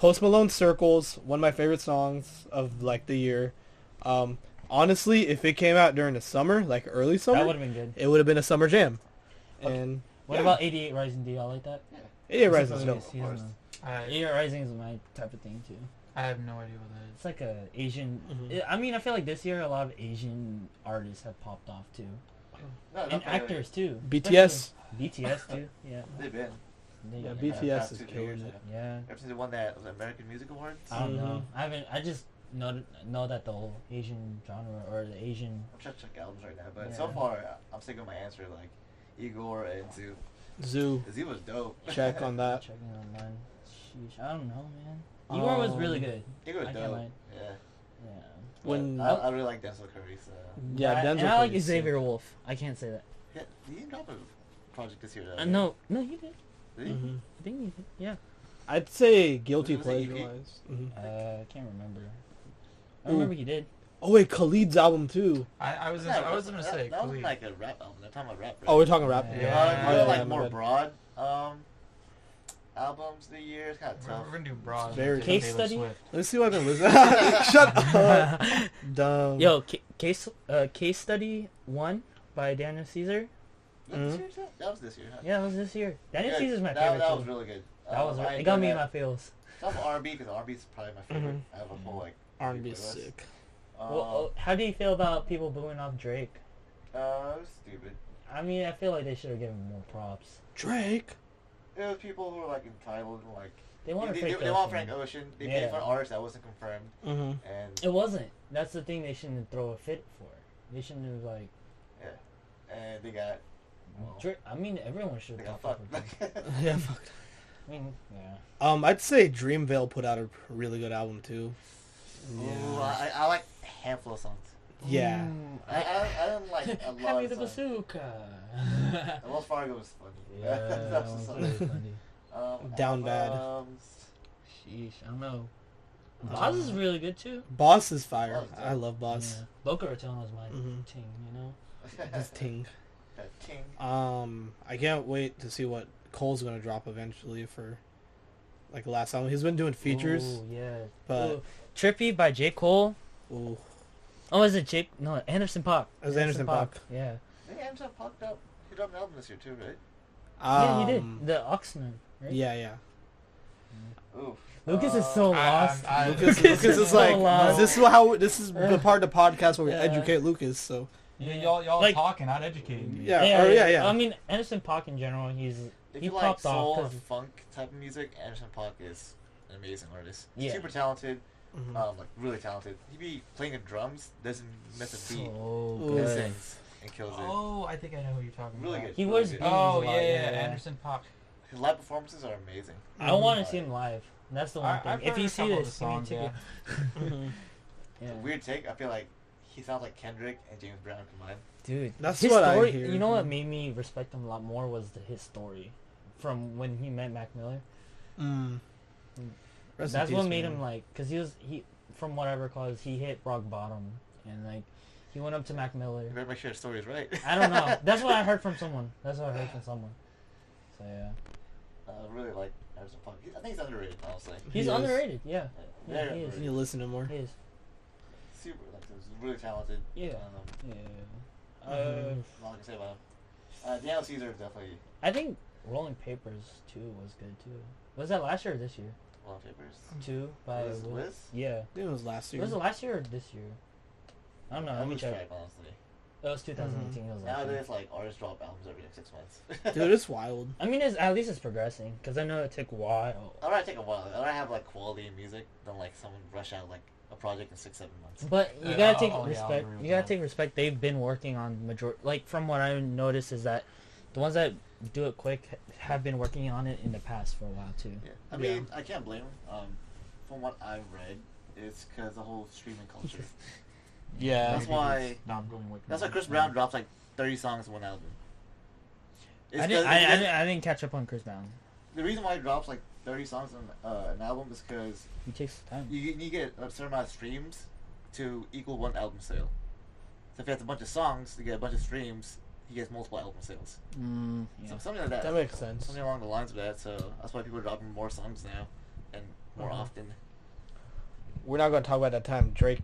[SPEAKER 2] Post Malone Circles, one of my favorite songs of like the year. Um, honestly, if it came out during the summer, like early
[SPEAKER 3] That
[SPEAKER 2] summer,
[SPEAKER 3] would have been good.
[SPEAKER 2] it would have been a summer jam.
[SPEAKER 3] Okay.
[SPEAKER 2] And
[SPEAKER 3] What
[SPEAKER 2] Yeah.
[SPEAKER 3] about 88 Rising? Do y'all like that?
[SPEAKER 2] it
[SPEAKER 3] It's
[SPEAKER 2] rises
[SPEAKER 3] a
[SPEAKER 2] dope.
[SPEAKER 3] really good
[SPEAKER 4] Of
[SPEAKER 3] season.
[SPEAKER 1] I,
[SPEAKER 3] 88 Rising is my type of thing too.
[SPEAKER 1] I have no idea what that is.
[SPEAKER 3] It's like a Asian.
[SPEAKER 2] Mhm.
[SPEAKER 3] I mean, I feel like this year a lot of Asian artists have popped off too,
[SPEAKER 4] No,
[SPEAKER 3] and
[SPEAKER 4] definitely.
[SPEAKER 3] actors too.
[SPEAKER 2] BTS.
[SPEAKER 3] Especially BTS too. Yeah.
[SPEAKER 4] They've been. uh,
[SPEAKER 3] They-
[SPEAKER 2] Yeah,
[SPEAKER 4] Yeah,
[SPEAKER 2] BTS
[SPEAKER 4] past
[SPEAKER 2] is
[SPEAKER 4] two
[SPEAKER 2] killing
[SPEAKER 4] years,
[SPEAKER 2] it.
[SPEAKER 4] yeah.
[SPEAKER 3] Yeah.
[SPEAKER 4] Ever since they won uh, that was it American Music Awards,
[SPEAKER 3] I don't
[SPEAKER 4] I'm
[SPEAKER 3] know.
[SPEAKER 2] Mhm.
[SPEAKER 3] I haven't. I just know know that the whole Asian genre or the Asian.
[SPEAKER 4] trying to check albums right now, but so
[SPEAKER 3] Yeah.
[SPEAKER 4] far I- I'm sticking with my answer like Igor and Zoo.
[SPEAKER 2] Zoo.
[SPEAKER 4] Zoo was dope.
[SPEAKER 2] Check on that.
[SPEAKER 3] Checking online. Sheesh, I don't know, man. Igor was really
[SPEAKER 2] Um,
[SPEAKER 3] good.
[SPEAKER 4] Igor
[SPEAKER 3] I
[SPEAKER 4] was
[SPEAKER 3] can't
[SPEAKER 4] dope.
[SPEAKER 3] lie.
[SPEAKER 4] Yeah.
[SPEAKER 3] Yeah.
[SPEAKER 4] But
[SPEAKER 2] When-
[SPEAKER 4] I, I really like Denzel Curry, so
[SPEAKER 2] Yeah,
[SPEAKER 3] I,
[SPEAKER 2] Denzel
[SPEAKER 3] and I like
[SPEAKER 2] Curry's sick.
[SPEAKER 3] Xavier Wolf. I can't say that.
[SPEAKER 4] yeah, he didn't drop a project this year though.
[SPEAKER 3] Uh, no, Mm-hmm. no, he did.
[SPEAKER 4] Did he?
[SPEAKER 2] Mhm.
[SPEAKER 3] I think he did. Yeah.
[SPEAKER 2] I'd say guilty
[SPEAKER 4] Was it an
[SPEAKER 2] pleasure.
[SPEAKER 4] EP?
[SPEAKER 2] wise. Mhm.
[SPEAKER 3] Uh, I can't remember. I
[SPEAKER 2] Ooh.
[SPEAKER 3] remember he did.
[SPEAKER 2] Oh wait, Khalid's album too.
[SPEAKER 1] I, I was
[SPEAKER 4] That's
[SPEAKER 1] gonna,
[SPEAKER 4] not-
[SPEAKER 1] I was gonna
[SPEAKER 4] that-
[SPEAKER 1] say.
[SPEAKER 4] that was
[SPEAKER 1] Khalid.
[SPEAKER 4] like a rap album. They're talking about rap.
[SPEAKER 2] Oh, we're
[SPEAKER 4] right?
[SPEAKER 2] talking rap.
[SPEAKER 3] Yeah.
[SPEAKER 4] Uh,
[SPEAKER 1] Yeah.
[SPEAKER 4] really
[SPEAKER 1] Yeah,
[SPEAKER 4] like
[SPEAKER 2] my
[SPEAKER 4] more
[SPEAKER 2] bad.
[SPEAKER 4] broad um albums of the year. It's kind of
[SPEAKER 1] We're,
[SPEAKER 4] tough.
[SPEAKER 1] we're gonna do broad.
[SPEAKER 2] Very
[SPEAKER 1] Taylor
[SPEAKER 3] Case study?
[SPEAKER 1] Swift.
[SPEAKER 2] Let me see what I've been listening. Shut up. Dumb.
[SPEAKER 3] Yo, ca- case uh, case study one by Daniel Caesar.
[SPEAKER 4] That this
[SPEAKER 2] Mhm.
[SPEAKER 4] year's up? That was this year. Huh?
[SPEAKER 3] Yeah, it was this year. Daniel
[SPEAKER 4] Good.
[SPEAKER 3] Caesar's my
[SPEAKER 4] that,
[SPEAKER 3] favorite.
[SPEAKER 4] That
[SPEAKER 3] too.
[SPEAKER 4] was really good.
[SPEAKER 3] that was
[SPEAKER 4] Um, I
[SPEAKER 3] it got me in
[SPEAKER 4] enjoyed
[SPEAKER 3] my
[SPEAKER 4] that.
[SPEAKER 3] feels.
[SPEAKER 4] Some R&B because R&B is probably my favorite. I have a whole like
[SPEAKER 2] R&B is
[SPEAKER 4] playlist.
[SPEAKER 2] sick.
[SPEAKER 4] Um,
[SPEAKER 3] well, uh, how do you feel about people booing off Drake?
[SPEAKER 4] uh, it was stupid.
[SPEAKER 3] I mean, I feel like they should have given him more props.
[SPEAKER 2] Drake.
[SPEAKER 4] It was people who were like entitled and like
[SPEAKER 3] They wanted
[SPEAKER 4] they,
[SPEAKER 3] Frank
[SPEAKER 4] they, they want
[SPEAKER 3] Ocean.
[SPEAKER 4] Frank Ocean. They paid
[SPEAKER 3] Yeah.
[SPEAKER 4] for an artist that wasn't confirmed
[SPEAKER 2] Mm-hmm.
[SPEAKER 4] and
[SPEAKER 3] It wasn't. That's the thing they shouldn't throw a fit for. They shouldn't have like.
[SPEAKER 4] and they got well,
[SPEAKER 3] Drake, I mean, everyone should
[SPEAKER 4] they
[SPEAKER 3] have
[SPEAKER 4] got
[SPEAKER 3] thought
[SPEAKER 4] fucked.
[SPEAKER 3] that.
[SPEAKER 2] yeah, fucked.
[SPEAKER 3] I mean, yeah.
[SPEAKER 2] Um, I'd say Dreamvale put out a really good album too.
[SPEAKER 4] Ooh, I, I like a handful of songs.
[SPEAKER 2] Yeah.
[SPEAKER 3] Mm,
[SPEAKER 4] I I, I didn't like a lot
[SPEAKER 3] Happy
[SPEAKER 4] of
[SPEAKER 3] the
[SPEAKER 4] songs.
[SPEAKER 3] bazooka.
[SPEAKER 4] And Wells Fargo was funny.
[SPEAKER 3] yeah, that
[SPEAKER 4] That's
[SPEAKER 3] was
[SPEAKER 4] the
[SPEAKER 3] really
[SPEAKER 4] song.
[SPEAKER 3] funny.
[SPEAKER 4] Um,
[SPEAKER 2] Down Bad.
[SPEAKER 4] albums.
[SPEAKER 3] Sheesh, I don't know. Boz is really good too.
[SPEAKER 2] Boss is fire.
[SPEAKER 4] Boss is
[SPEAKER 2] I love Boss.
[SPEAKER 3] Yeah. Boca Raton was my
[SPEAKER 2] Mhm.
[SPEAKER 3] team, you know.
[SPEAKER 2] His ting.
[SPEAKER 4] That ting.
[SPEAKER 2] Um, I can't wait to see what Cole's gonna drop eventually for, like the last album. He's been doing features,
[SPEAKER 3] Ooh, yeah.
[SPEAKER 2] but
[SPEAKER 3] Ooh, Trippy by J Cole.
[SPEAKER 2] ooh,
[SPEAKER 3] Oh, is it Jake? No, Anderson Park.
[SPEAKER 2] It was Anderson Paak.
[SPEAKER 3] Yeah.
[SPEAKER 4] They ended up popped up. He dropped an album this year too, right?
[SPEAKER 3] yeah, he
[SPEAKER 2] um,
[SPEAKER 3] did. The Oxman. Right?
[SPEAKER 2] Yeah, yeah.
[SPEAKER 4] Oof.
[SPEAKER 3] Lucas is
[SPEAKER 4] Uh,
[SPEAKER 3] so
[SPEAKER 1] I-
[SPEAKER 3] lost.
[SPEAKER 1] I'm- I-
[SPEAKER 2] Lucas,
[SPEAKER 3] Lucas
[SPEAKER 2] Lucas
[SPEAKER 3] is
[SPEAKER 2] is
[SPEAKER 3] so
[SPEAKER 2] like
[SPEAKER 3] loud.
[SPEAKER 2] this is how this is the
[SPEAKER 3] Ugh.
[SPEAKER 2] part of the podcast where we
[SPEAKER 3] Yeah.
[SPEAKER 2] educate Lucas. So
[SPEAKER 1] Y-
[SPEAKER 3] Yeah.
[SPEAKER 1] y'all y'all
[SPEAKER 3] Like-
[SPEAKER 1] talking, not educating me.
[SPEAKER 2] Yeah, or- yeah, yeah.
[SPEAKER 3] I mean, Anderson Park in general, he's
[SPEAKER 4] If
[SPEAKER 3] he
[SPEAKER 4] you like
[SPEAKER 3] popped off.
[SPEAKER 4] soul or
[SPEAKER 3] 'cause-
[SPEAKER 4] funk type of music, Anderson Park is an amazing artist.
[SPEAKER 3] Yeah.
[SPEAKER 4] Super talented,
[SPEAKER 2] Mhm.
[SPEAKER 4] um, like really talented. He be playing the drums, doesn't miss a beat,
[SPEAKER 3] So
[SPEAKER 2] Ooh.
[SPEAKER 4] and
[SPEAKER 2] good.
[SPEAKER 3] good.
[SPEAKER 4] sings and kills it.
[SPEAKER 1] Oh, I think I know who you're talking
[SPEAKER 4] Really
[SPEAKER 1] about.
[SPEAKER 4] good.
[SPEAKER 3] He wears
[SPEAKER 4] Really
[SPEAKER 3] beanies
[SPEAKER 4] good.
[SPEAKER 1] Oh
[SPEAKER 3] a
[SPEAKER 1] yeah,
[SPEAKER 3] lot,
[SPEAKER 1] yeah,
[SPEAKER 3] yeah.
[SPEAKER 1] Anderson Pop.
[SPEAKER 4] His live performances are amazing.
[SPEAKER 3] I
[SPEAKER 2] Mhm.
[SPEAKER 3] want to see him live. That's the one
[SPEAKER 1] I-
[SPEAKER 3] thing.
[SPEAKER 1] I've
[SPEAKER 3] if
[SPEAKER 1] heard
[SPEAKER 3] you
[SPEAKER 1] a
[SPEAKER 3] see
[SPEAKER 1] couple of
[SPEAKER 3] this,
[SPEAKER 1] the
[SPEAKER 3] give me a
[SPEAKER 1] songs, yeah.
[SPEAKER 3] ticket. Mhm.
[SPEAKER 4] It's a
[SPEAKER 3] Yeah.
[SPEAKER 4] weird take. I feel like he sounds like Kendrick and James Brown combined.
[SPEAKER 3] Dude,
[SPEAKER 2] That's
[SPEAKER 3] his
[SPEAKER 2] what I
[SPEAKER 3] story,
[SPEAKER 2] hear
[SPEAKER 3] You know what
[SPEAKER 2] from-
[SPEAKER 3] made me respect him a lot more was the, his story from when he met Mac Miller.
[SPEAKER 2] Mm. Rest in
[SPEAKER 3] That's what
[SPEAKER 2] peace,
[SPEAKER 3] made
[SPEAKER 2] man.
[SPEAKER 3] him like, cause he was he from what I recall is he hit rock bottom and like he went up to Mac Miller.
[SPEAKER 4] You better make sure the story's right.
[SPEAKER 3] I don't know. That's what I heard from someone. That's what I heard from someone. So yeah,
[SPEAKER 4] I really like Anderson Park. I think he's underrated, honestly.
[SPEAKER 3] he's
[SPEAKER 2] is.
[SPEAKER 3] underrated. Yeah,
[SPEAKER 4] Yeah,
[SPEAKER 3] Yeah,
[SPEAKER 4] very
[SPEAKER 3] he is.
[SPEAKER 2] I need to
[SPEAKER 4] underrated.
[SPEAKER 2] listen to more.
[SPEAKER 3] he is.
[SPEAKER 4] Super, like, he's really talented.
[SPEAKER 3] Yeah.
[SPEAKER 4] Um,
[SPEAKER 3] Yeah. Uh,
[SPEAKER 2] Mhm.
[SPEAKER 4] not gonna say about him. Uh, Daniel Caesar is definitely
[SPEAKER 3] I think Rolling Papers too was good too. Was that last year or this year?
[SPEAKER 4] one of my favorites.
[SPEAKER 3] Two by
[SPEAKER 4] Liz-
[SPEAKER 3] Will-
[SPEAKER 4] Liz?
[SPEAKER 3] Yeah.
[SPEAKER 2] I think it was last year.
[SPEAKER 3] Was it last year or this year? I don't know.
[SPEAKER 4] I
[SPEAKER 3] Let me
[SPEAKER 4] lose
[SPEAKER 3] check.
[SPEAKER 4] track, honestly.
[SPEAKER 3] It was 2018. It was last year.
[SPEAKER 4] Nowadays, like artists drop albums every like, six months.
[SPEAKER 2] Dude, it's wild.
[SPEAKER 3] I mean, it's, at least it's progressing because I know it took a while.
[SPEAKER 4] I'd rather take a while. I'd rather have like quality in music than like someone rush out like a project in six seven months.
[SPEAKER 3] But you
[SPEAKER 1] Yeah,
[SPEAKER 3] gotta
[SPEAKER 1] I'll-
[SPEAKER 3] take
[SPEAKER 1] I'll- yeah, I'll
[SPEAKER 3] respect.
[SPEAKER 1] agree with
[SPEAKER 3] you gotta
[SPEAKER 1] that.
[SPEAKER 3] take respect. They've been working on major. Like from what I noticed is that the ones that do it quick have been working on it in the past for a while too.
[SPEAKER 4] Yeah, I
[SPEAKER 2] Yeah.
[SPEAKER 4] mean I can't blame 'em. Um, from what I read, it's because the whole streaming culture.
[SPEAKER 1] Yeah,
[SPEAKER 4] That's why-
[SPEAKER 1] Not going away from
[SPEAKER 4] That's why
[SPEAKER 1] that.
[SPEAKER 4] Chris Brown dropped like thirty songs in one album. It's
[SPEAKER 3] I didn't.
[SPEAKER 4] 'cause-
[SPEAKER 3] I, I,
[SPEAKER 4] it's 'cause-
[SPEAKER 3] didn't- I didn't catch up on Chris Brown.
[SPEAKER 4] the reason why he drops like thirty songs on uh, an album is because
[SPEAKER 3] He takes time.
[SPEAKER 4] you, get- you get a certain amount of streams to equal one album sale. So if he has a bunch of songs, you get a bunch of streams, he gets multiple album sales.
[SPEAKER 3] Mm,
[SPEAKER 4] So
[SPEAKER 3] yeah.
[SPEAKER 4] something like that.
[SPEAKER 2] That makes sense.
[SPEAKER 4] Something along the lines of that. So that's why people are dropping more songs now and more
[SPEAKER 2] Mhm.
[SPEAKER 3] Uh-huh.
[SPEAKER 4] often.
[SPEAKER 2] We're not going to talk about that time Drake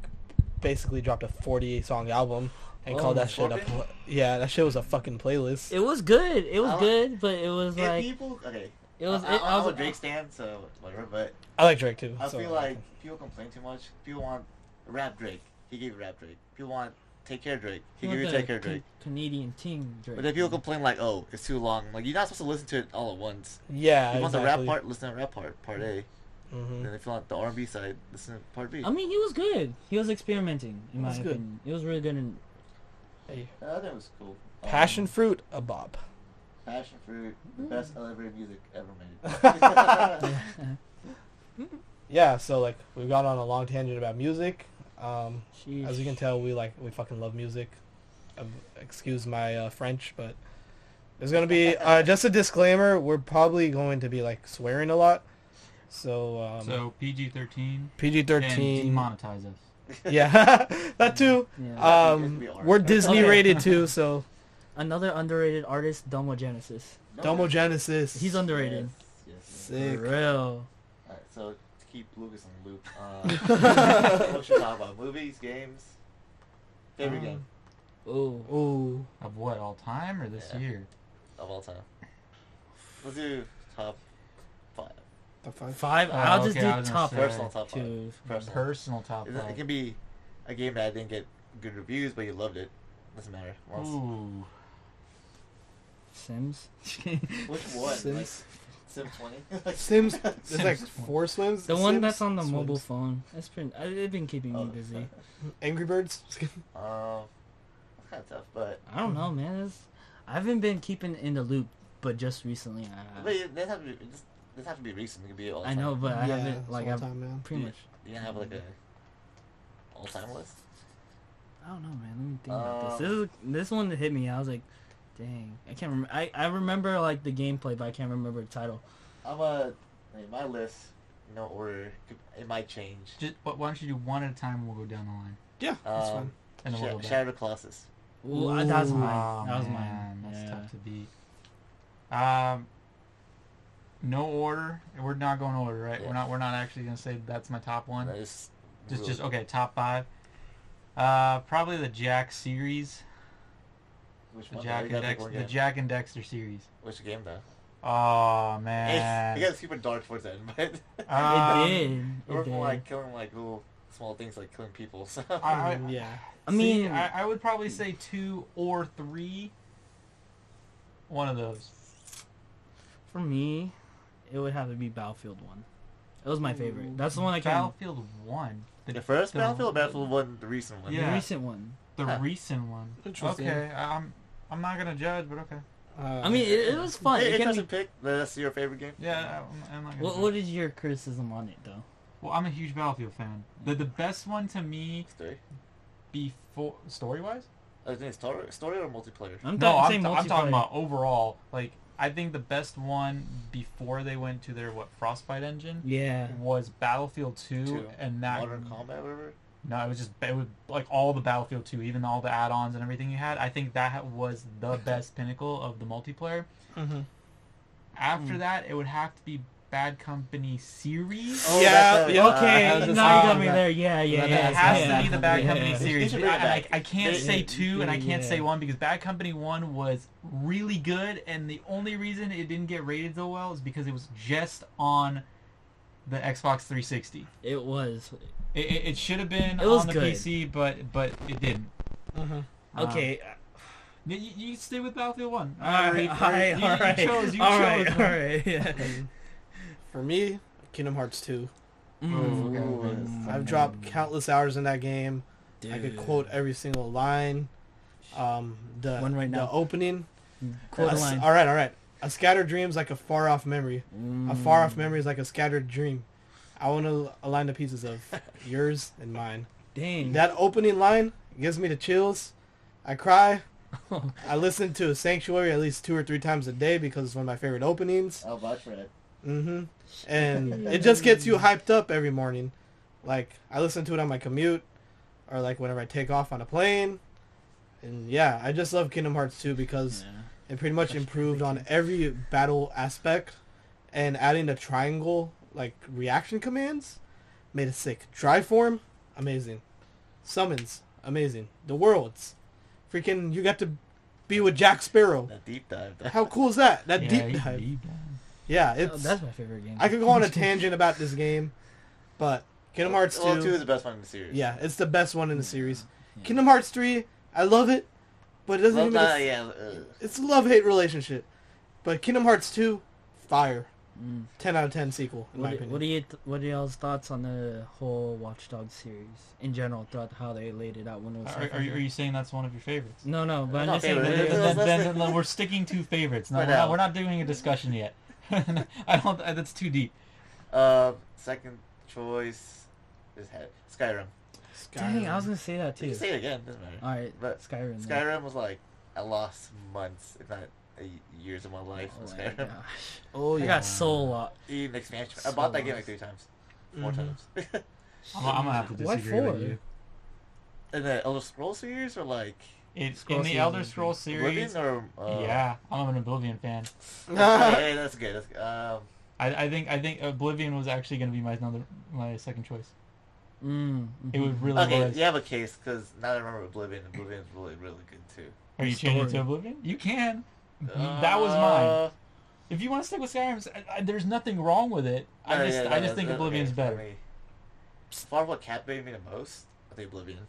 [SPEAKER 2] basically dropped a 48 song album and
[SPEAKER 3] Oh,
[SPEAKER 2] called that shit a
[SPEAKER 4] Scorpion?
[SPEAKER 2] pl- yeah, that shit was a fucking playlist.
[SPEAKER 3] It was good. It was
[SPEAKER 4] I like-
[SPEAKER 3] good, but it was
[SPEAKER 4] If
[SPEAKER 3] like
[SPEAKER 4] people, okay,
[SPEAKER 3] it was.
[SPEAKER 4] I,
[SPEAKER 3] it, I
[SPEAKER 4] am
[SPEAKER 3] was
[SPEAKER 4] a Drake stan, so whatever. But
[SPEAKER 2] I like Drake too.
[SPEAKER 4] I
[SPEAKER 2] so-
[SPEAKER 4] feel like people complain too much. People want rap Drake. He gave you rap Drake. People want take care Drake. He gave you take care Drake.
[SPEAKER 3] Canadian team Drake.
[SPEAKER 4] But then people complain like, oh, it's too long. Like you're not supposed to listen to it all at once.
[SPEAKER 2] yeah,
[SPEAKER 4] you want
[SPEAKER 2] exactly.
[SPEAKER 4] the rap part, listen to the rap part, part A.
[SPEAKER 2] hmm
[SPEAKER 4] And if you want the R&B side, listen to part B.
[SPEAKER 3] I mean, he was good. He was experimenting, in
[SPEAKER 2] He
[SPEAKER 3] my
[SPEAKER 2] was good.
[SPEAKER 3] opinion. It was really good. In,
[SPEAKER 4] Uh, that was cool. Um,
[SPEAKER 2] Passion fruit, a bop.
[SPEAKER 4] Passion fruit, the
[SPEAKER 3] Mm.
[SPEAKER 4] best elevator music ever made.
[SPEAKER 2] Yeah, so like we've gone on a long tangent about music. Um,
[SPEAKER 3] Sheesh.
[SPEAKER 2] as you can tell, we like we fucking love music. Um, excuse my uh, French, but there's gonna be uh, just a disclaimer. We're probably going to be like swearing a lot. So, um,
[SPEAKER 1] So PG thirteen
[SPEAKER 2] PG
[SPEAKER 1] and
[SPEAKER 2] thirteen.
[SPEAKER 1] demonetize us.
[SPEAKER 2] Yeah, that too.
[SPEAKER 3] Yeah.
[SPEAKER 2] Um, we're Disney
[SPEAKER 3] Okay.
[SPEAKER 2] rated too. So
[SPEAKER 3] Another underrated artist, Domo Genesis.
[SPEAKER 2] Domo Genesis.
[SPEAKER 3] He's underrated.
[SPEAKER 4] Yes, yes, yes.
[SPEAKER 2] Sick.
[SPEAKER 3] For real.
[SPEAKER 4] Alright, so to keep Lucas on loop, uh, what should we talk about? Movies, games, favorite
[SPEAKER 2] Um,
[SPEAKER 4] game
[SPEAKER 3] Ooh.
[SPEAKER 2] Ooh,
[SPEAKER 1] Of what all time or this
[SPEAKER 4] Yeah.
[SPEAKER 1] year?
[SPEAKER 4] of all time. Let's do top five.
[SPEAKER 2] the five.
[SPEAKER 3] Five.
[SPEAKER 1] Oh,
[SPEAKER 3] I'll just
[SPEAKER 1] okay, I
[SPEAKER 3] do
[SPEAKER 1] was gonna
[SPEAKER 3] top
[SPEAKER 1] say.
[SPEAKER 4] Personal top five.
[SPEAKER 3] two.
[SPEAKER 4] Personal.
[SPEAKER 1] Personal top
[SPEAKER 4] Is it, it
[SPEAKER 1] five.
[SPEAKER 4] can be a game that didn't get good reviews, but you loved it. Doesn't matter. Once.
[SPEAKER 1] Ooh,
[SPEAKER 3] Sims.
[SPEAKER 4] Which one? Like,
[SPEAKER 2] Sims.
[SPEAKER 4] Sims 20?
[SPEAKER 2] Sims. There's
[SPEAKER 1] Sims.
[SPEAKER 2] like four swims.
[SPEAKER 3] the one
[SPEAKER 2] Sims?
[SPEAKER 3] that's on the mobile
[SPEAKER 2] Swims.
[SPEAKER 3] phone. That's been. I- It's been keeping
[SPEAKER 4] Oh,
[SPEAKER 3] me busy.
[SPEAKER 2] Angry Birds.
[SPEAKER 4] Um, that's kind of tough, but.
[SPEAKER 3] I don't know, man. It's, I haven't been keeping in the loop, but just recently I.
[SPEAKER 4] But
[SPEAKER 3] have.
[SPEAKER 4] it doesn't have to be, it just, it doesn't have to be recent. It could be all
[SPEAKER 3] I
[SPEAKER 4] time.
[SPEAKER 3] know, but I
[SPEAKER 2] Yeah,
[SPEAKER 3] haven't
[SPEAKER 2] it's
[SPEAKER 3] like
[SPEAKER 2] all
[SPEAKER 3] I've
[SPEAKER 2] time, man.
[SPEAKER 3] pretty much.
[SPEAKER 4] You didn't have like a all time list?
[SPEAKER 3] I don't know, man. Let me think about this.
[SPEAKER 1] Uh,
[SPEAKER 4] Um,
[SPEAKER 3] This is, this one hit me. I was like, dang, I can't remember. I, I remember like the gameplay, but I can't remember the title.
[SPEAKER 4] I'm a. I mean, my list, no order. could- It might change.
[SPEAKER 1] just why don't you do one at a time? We'll go down the line.
[SPEAKER 2] Yeah, that's fine.
[SPEAKER 4] Um,
[SPEAKER 1] And then
[SPEAKER 4] Sha-
[SPEAKER 1] we'll go back.
[SPEAKER 4] Shadow of the Colossus.
[SPEAKER 3] Ooh, I- that was
[SPEAKER 2] Ooh.
[SPEAKER 1] Oh,
[SPEAKER 3] mine. That was
[SPEAKER 1] man,
[SPEAKER 3] mine.
[SPEAKER 1] That's
[SPEAKER 3] yeah.
[SPEAKER 1] tough to beat. Um, no order. We're not going order, right?
[SPEAKER 4] Yeah.
[SPEAKER 1] We're not. We're not actually gonna say that's my top one.
[SPEAKER 4] That is
[SPEAKER 1] Just,
[SPEAKER 4] really-
[SPEAKER 1] just oh, okay. Top five. Uh, probably the Jack series,
[SPEAKER 4] Which
[SPEAKER 1] the
[SPEAKER 4] one?
[SPEAKER 1] Jack
[SPEAKER 4] You
[SPEAKER 1] and
[SPEAKER 4] gotta pick
[SPEAKER 1] Dexter,
[SPEAKER 4] one
[SPEAKER 1] the
[SPEAKER 4] game.
[SPEAKER 1] Jack and Dexter series.
[SPEAKER 4] Which game though?
[SPEAKER 1] Oh
[SPEAKER 4] It
[SPEAKER 1] man.
[SPEAKER 4] got super dark towards the end, but
[SPEAKER 1] Um,
[SPEAKER 3] it did.
[SPEAKER 4] we were
[SPEAKER 3] It did.
[SPEAKER 4] from, like killing like little small things like killing people. So
[SPEAKER 1] I, I,
[SPEAKER 3] Mm, yeah. I
[SPEAKER 1] see,
[SPEAKER 3] mean,
[SPEAKER 1] I, I would probably say two or three. One of those.
[SPEAKER 3] for me, it would have to be Battlefield One. It was my favorite. That's the one I can.
[SPEAKER 1] Battlefield One. The,
[SPEAKER 4] the first
[SPEAKER 1] the-
[SPEAKER 4] Battlefield, Battlefield One, the recent one.
[SPEAKER 3] The
[SPEAKER 1] Yeah.
[SPEAKER 3] recent one.
[SPEAKER 1] the
[SPEAKER 4] Huh.
[SPEAKER 1] recent one.
[SPEAKER 2] Interesting.
[SPEAKER 1] Okay, I'm I'm not gonna judge, but okay.
[SPEAKER 2] Uh,
[SPEAKER 3] I mean, it, it was fun.
[SPEAKER 4] Hey,
[SPEAKER 3] It
[SPEAKER 4] it
[SPEAKER 3] can
[SPEAKER 4] doesn't
[SPEAKER 3] be...
[SPEAKER 4] pick. but That's your favorite game.
[SPEAKER 1] Yeah, I'm, I'm not gonna.
[SPEAKER 3] what,
[SPEAKER 1] judge.
[SPEAKER 3] what is your criticism on it, though?
[SPEAKER 1] Well, I'm a huge Battlefield fan. The the best one to me
[SPEAKER 4] Story.
[SPEAKER 1] before story wise.
[SPEAKER 4] I think it's story, story or multiplayer.
[SPEAKER 3] I'm
[SPEAKER 1] No, I'm,
[SPEAKER 3] saying
[SPEAKER 1] t- I'm
[SPEAKER 3] multiplayer.
[SPEAKER 1] talking about overall. Like, I think the best one before they went to their what Frostbite engine
[SPEAKER 3] Yeah.
[SPEAKER 1] was Battlefield Two,
[SPEAKER 4] Two.
[SPEAKER 1] and that
[SPEAKER 4] Modern Combat, whatever.
[SPEAKER 1] no, it was just it was like all the Battlefield Two, even all the add-ons and everything you had. I think that ha- was the best pinnacle of the multiplayer.
[SPEAKER 2] mhm.
[SPEAKER 1] After
[SPEAKER 4] Hmm.
[SPEAKER 1] that, it would have to be Bad Company series.
[SPEAKER 4] Oh,
[SPEAKER 2] Yeah,
[SPEAKER 4] that's
[SPEAKER 2] yeah.
[SPEAKER 3] Okay,
[SPEAKER 2] Uh,
[SPEAKER 3] now
[SPEAKER 2] the song
[SPEAKER 3] you got me
[SPEAKER 2] that-
[SPEAKER 3] there. Yeah, yeah,
[SPEAKER 2] that
[SPEAKER 3] yeah.
[SPEAKER 1] It
[SPEAKER 2] That's
[SPEAKER 1] has
[SPEAKER 2] not
[SPEAKER 1] to be the
[SPEAKER 2] happening.
[SPEAKER 1] Bad
[SPEAKER 2] Yeah.
[SPEAKER 1] Company
[SPEAKER 2] They
[SPEAKER 1] series.
[SPEAKER 4] should
[SPEAKER 1] I,
[SPEAKER 4] bring it
[SPEAKER 1] I,
[SPEAKER 4] back.
[SPEAKER 1] I can't
[SPEAKER 4] They-
[SPEAKER 1] say two, and I can't
[SPEAKER 3] yeah.
[SPEAKER 1] say one because Bad Company one was really good, and the only reason it didn't get rated so well is because it was just on the Xbox 360.
[SPEAKER 3] It was
[SPEAKER 1] It, it, it should have been
[SPEAKER 3] It was
[SPEAKER 1] on the
[SPEAKER 3] good.
[SPEAKER 1] PC, but but it didn't.
[SPEAKER 2] Mhm.
[SPEAKER 1] Um,
[SPEAKER 3] okay.
[SPEAKER 1] you, you you stay with Battlefield One.
[SPEAKER 3] all right, all right,
[SPEAKER 1] You-
[SPEAKER 3] all right,
[SPEAKER 1] You chose. You
[SPEAKER 3] all
[SPEAKER 1] chose.
[SPEAKER 3] right, all
[SPEAKER 1] man.
[SPEAKER 3] right. Yeah.
[SPEAKER 2] Um, For me, Kingdom Hearts 2.
[SPEAKER 3] Mm.
[SPEAKER 1] okay.
[SPEAKER 4] Ooh,
[SPEAKER 2] I've dropped countless hours in that game. I could
[SPEAKER 3] Dude.
[SPEAKER 2] quote every single line. Um, the
[SPEAKER 3] One right now.
[SPEAKER 2] the opening.
[SPEAKER 3] Quote
[SPEAKER 2] A
[SPEAKER 3] a
[SPEAKER 2] s-
[SPEAKER 3] line.
[SPEAKER 2] All right, all right. A scattered dream is like a far off memory. A far off
[SPEAKER 3] Mm.
[SPEAKER 2] memory is like a scattered dream. I want to align the pieces of yours and mine.
[SPEAKER 3] Dang.
[SPEAKER 2] That opening line gives me the chills. I cry.
[SPEAKER 3] Oh.
[SPEAKER 2] I listen to Sanctuary at least two or three times a day because it's one of my favorite openings.
[SPEAKER 3] Oh,
[SPEAKER 4] I'll vouch for it.
[SPEAKER 2] hmm And it just gets you hyped up every morning. Like I listen to it on my commute, or like whenever I take off on a plane. And yeah, I just love Kingdom Hearts 2 because
[SPEAKER 3] Yeah.
[SPEAKER 2] it pretty much improved on every battle aspect, and adding the triangle like reaction commands made it sick. Triform, amazing. Summons, amazing. The worlds, freaking you got to be with Jack Sparrow.
[SPEAKER 4] That deep dive.
[SPEAKER 2] How cool is that? That
[SPEAKER 1] Yeah, you
[SPEAKER 2] deep dive.
[SPEAKER 1] deep dive.
[SPEAKER 2] Yeah,
[SPEAKER 3] Oh,
[SPEAKER 2] it's
[SPEAKER 3] that's my favorite game.
[SPEAKER 2] I could go on a tangent about this game, but Kingdom Hearts 2,
[SPEAKER 4] Well, two is the best one in the series.
[SPEAKER 2] yeah, it's the best one in the series.
[SPEAKER 3] yeah.
[SPEAKER 2] Kingdom Hearts 3, I love it, but it doesn't
[SPEAKER 4] Well,
[SPEAKER 2] even
[SPEAKER 4] nah,
[SPEAKER 2] it's,
[SPEAKER 4] yeah. uh,
[SPEAKER 2] it's a love-hate relationship. But Kingdom Hearts 2, fire.
[SPEAKER 3] Mm.
[SPEAKER 2] 10 out of 10 sequel in my
[SPEAKER 3] What,
[SPEAKER 2] opinion.
[SPEAKER 3] what are you? th- What are y'all's thoughts on the whole Watchdog series in general? Throughout how they laid it out when it was.
[SPEAKER 1] Are, are, you- are you saying that's one of your favorites?
[SPEAKER 3] No, no, but I'm
[SPEAKER 4] Not
[SPEAKER 3] just saying.
[SPEAKER 1] Then,
[SPEAKER 4] favorite.
[SPEAKER 3] that it-
[SPEAKER 4] Let's-
[SPEAKER 1] then,
[SPEAKER 4] let's-
[SPEAKER 1] then, then we're sticking to favorites. No,
[SPEAKER 4] Right
[SPEAKER 1] we're not,
[SPEAKER 4] now.
[SPEAKER 1] we're not doing a discussion yet. I don't. That's too deep.
[SPEAKER 4] Uh, second choice is he- Skyrim.
[SPEAKER 3] Dang, I was gonna say that
[SPEAKER 4] You
[SPEAKER 3] too.
[SPEAKER 4] can say it again. Doesn't
[SPEAKER 2] Uh,
[SPEAKER 4] matter.
[SPEAKER 3] All right,
[SPEAKER 4] But
[SPEAKER 3] Skyrim. then.
[SPEAKER 4] Skyrim was like I lost months, if not a, years of my life.
[SPEAKER 3] Oh
[SPEAKER 4] in
[SPEAKER 3] my
[SPEAKER 4] Skyrim.
[SPEAKER 3] gosh.
[SPEAKER 2] Oh
[SPEAKER 3] I
[SPEAKER 2] yeah.
[SPEAKER 3] got so lot.
[SPEAKER 4] Even expansion. I
[SPEAKER 3] So
[SPEAKER 4] bought that game like
[SPEAKER 3] lost.
[SPEAKER 4] three times, 4
[SPEAKER 2] Mhm.
[SPEAKER 4] times.
[SPEAKER 1] I'm, I'm gonna have to
[SPEAKER 3] What
[SPEAKER 1] disagree
[SPEAKER 3] for?
[SPEAKER 1] with you.
[SPEAKER 4] and the Elder Scrolls series or like
[SPEAKER 1] It's
[SPEAKER 3] Scroll
[SPEAKER 1] in the
[SPEAKER 3] series
[SPEAKER 1] Elder
[SPEAKER 3] is
[SPEAKER 1] Scrolls
[SPEAKER 4] Oblivion
[SPEAKER 1] series.
[SPEAKER 4] or uh,
[SPEAKER 1] yeah, I'm an Oblivion fan.
[SPEAKER 4] okay, hey, that's good. That's good. Um,
[SPEAKER 1] I, I think I think Oblivion was actually gonna be my another my second choice.
[SPEAKER 3] Mm,
[SPEAKER 1] It would
[SPEAKER 3] mhm.
[SPEAKER 1] really
[SPEAKER 4] okay,
[SPEAKER 1] was.
[SPEAKER 4] you have a case because now that I remember Oblivion. Oblivion's really really good too.
[SPEAKER 1] Are you changing it to
[SPEAKER 3] Story.
[SPEAKER 1] Oblivion? You can. Mm-hmm. that was mine.
[SPEAKER 4] Uh,
[SPEAKER 1] If you want to stick with Skyrim, I, I, there's nothing wrong with it. I
[SPEAKER 4] no,
[SPEAKER 1] just
[SPEAKER 4] yeah,
[SPEAKER 1] I
[SPEAKER 4] no,
[SPEAKER 1] just think
[SPEAKER 4] no,
[SPEAKER 1] Oblivion's
[SPEAKER 4] okay, for
[SPEAKER 1] better.
[SPEAKER 4] me. As far as what captivated me the most, I think Oblivion.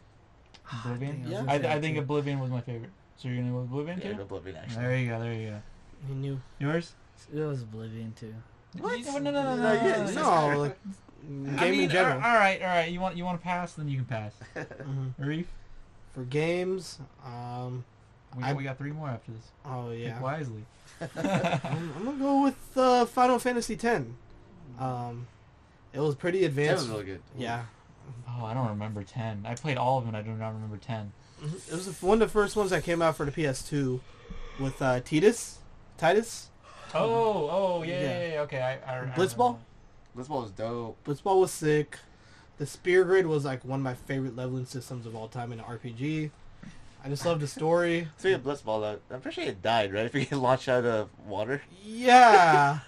[SPEAKER 1] Oblivion.
[SPEAKER 3] Dang, I was
[SPEAKER 1] I,
[SPEAKER 3] gonna say
[SPEAKER 1] I
[SPEAKER 3] that
[SPEAKER 1] think
[SPEAKER 3] too.
[SPEAKER 1] Oblivion was my favorite. So you're gonna go with Oblivion
[SPEAKER 4] Yeah,
[SPEAKER 1] too?
[SPEAKER 4] Oblivion actually.
[SPEAKER 1] There you go. There you go.
[SPEAKER 2] He knew.
[SPEAKER 1] Yours?
[SPEAKER 3] It was Oblivion too.
[SPEAKER 1] What? No, no, no, no,
[SPEAKER 4] No, yeah,
[SPEAKER 1] no,
[SPEAKER 4] it's
[SPEAKER 1] no.
[SPEAKER 4] not-
[SPEAKER 2] No, like, game
[SPEAKER 1] I mean,
[SPEAKER 2] in general.
[SPEAKER 1] all right, all right. You want you want to pass? Then you can pass.
[SPEAKER 2] Mhm.
[SPEAKER 1] Reef,
[SPEAKER 2] For games, um
[SPEAKER 1] we
[SPEAKER 2] I-
[SPEAKER 1] got, we got three more after this.
[SPEAKER 2] oh yeah.
[SPEAKER 1] Pick wisely.
[SPEAKER 2] I'm, I'm gonna go with uh, Final Fantasy X. Um, it was pretty
[SPEAKER 4] That was
[SPEAKER 2] advanced.
[SPEAKER 4] really good.
[SPEAKER 2] Yeah,
[SPEAKER 1] oh, I don't remember ten. I played all of them. and I do not remember ten.
[SPEAKER 2] Mm-hmm. it was one of the first ones that came out for the PS2 with uh, Titus, Titus.
[SPEAKER 1] Oh, oh, yeah,
[SPEAKER 2] Yeah.
[SPEAKER 1] yeah, yeah. okay. I, I, I
[SPEAKER 2] Blitzball?
[SPEAKER 1] remember.
[SPEAKER 4] This ball was dope.
[SPEAKER 2] Blitzball was sick. The Spear Grid was like one of my favorite leveling systems of all time in an RPG. I just love the story.
[SPEAKER 4] Speaking of Blitzball, though, I'm pretty sure it died, right? If you get launched out of water.
[SPEAKER 2] Yeah.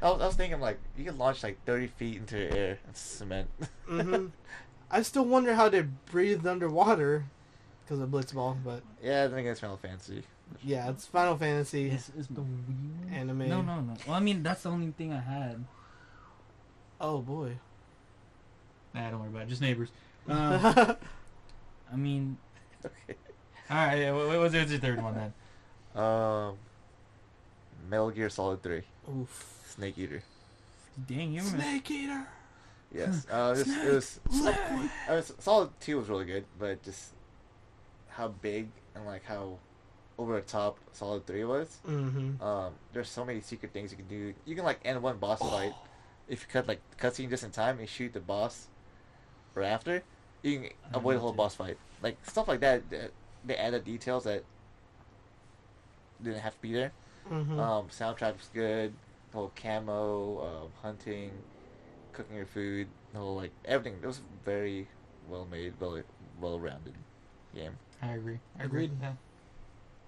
[SPEAKER 4] I was, I was thinking, like, you get launched, like, 30 feet into the air. It's cement.
[SPEAKER 2] hmm I still wonder how they breathed underwater because of Blitzball, but
[SPEAKER 4] yeah, I think it's Final Fantasy.
[SPEAKER 2] yeah, it's Final Fantasy
[SPEAKER 3] It's, it's the weird.
[SPEAKER 2] anime.
[SPEAKER 3] No, no, no. Well, I mean that's the only thing I had.
[SPEAKER 2] Oh boy.
[SPEAKER 1] Nah, don't worry about it. Just neighbors. Um,
[SPEAKER 2] I
[SPEAKER 3] I mean,
[SPEAKER 4] okay.
[SPEAKER 1] all right, yeah, what what was your third one then?
[SPEAKER 4] Um, Metal Gear Solid Three,
[SPEAKER 3] oof.
[SPEAKER 4] Snake Eater.
[SPEAKER 3] Dang, you remember?
[SPEAKER 1] Eater.
[SPEAKER 4] Yes. Uh, it was. It was, I was Solid Two was really good, but just how big and like how over the top Solid Three was.
[SPEAKER 2] mm-hmm.
[SPEAKER 4] Um, there's so many secret things you can do. You can like end one boss fight
[SPEAKER 3] Oh.
[SPEAKER 4] if you cut like cutscene just in time and shoot the boss right after. You can
[SPEAKER 3] I
[SPEAKER 4] avoid
[SPEAKER 3] know
[SPEAKER 4] a whole
[SPEAKER 3] too.
[SPEAKER 4] boss fight. Like stuff like that. that- They added details that didn't have to be there.
[SPEAKER 2] Mm-hmm.
[SPEAKER 4] Um, soundtrack was good. The whole camo, um, hunting, cooking your food, the whole like everything. It was very well made, well well rounded game.
[SPEAKER 1] I agree. I
[SPEAKER 2] Agreed.
[SPEAKER 1] agreed.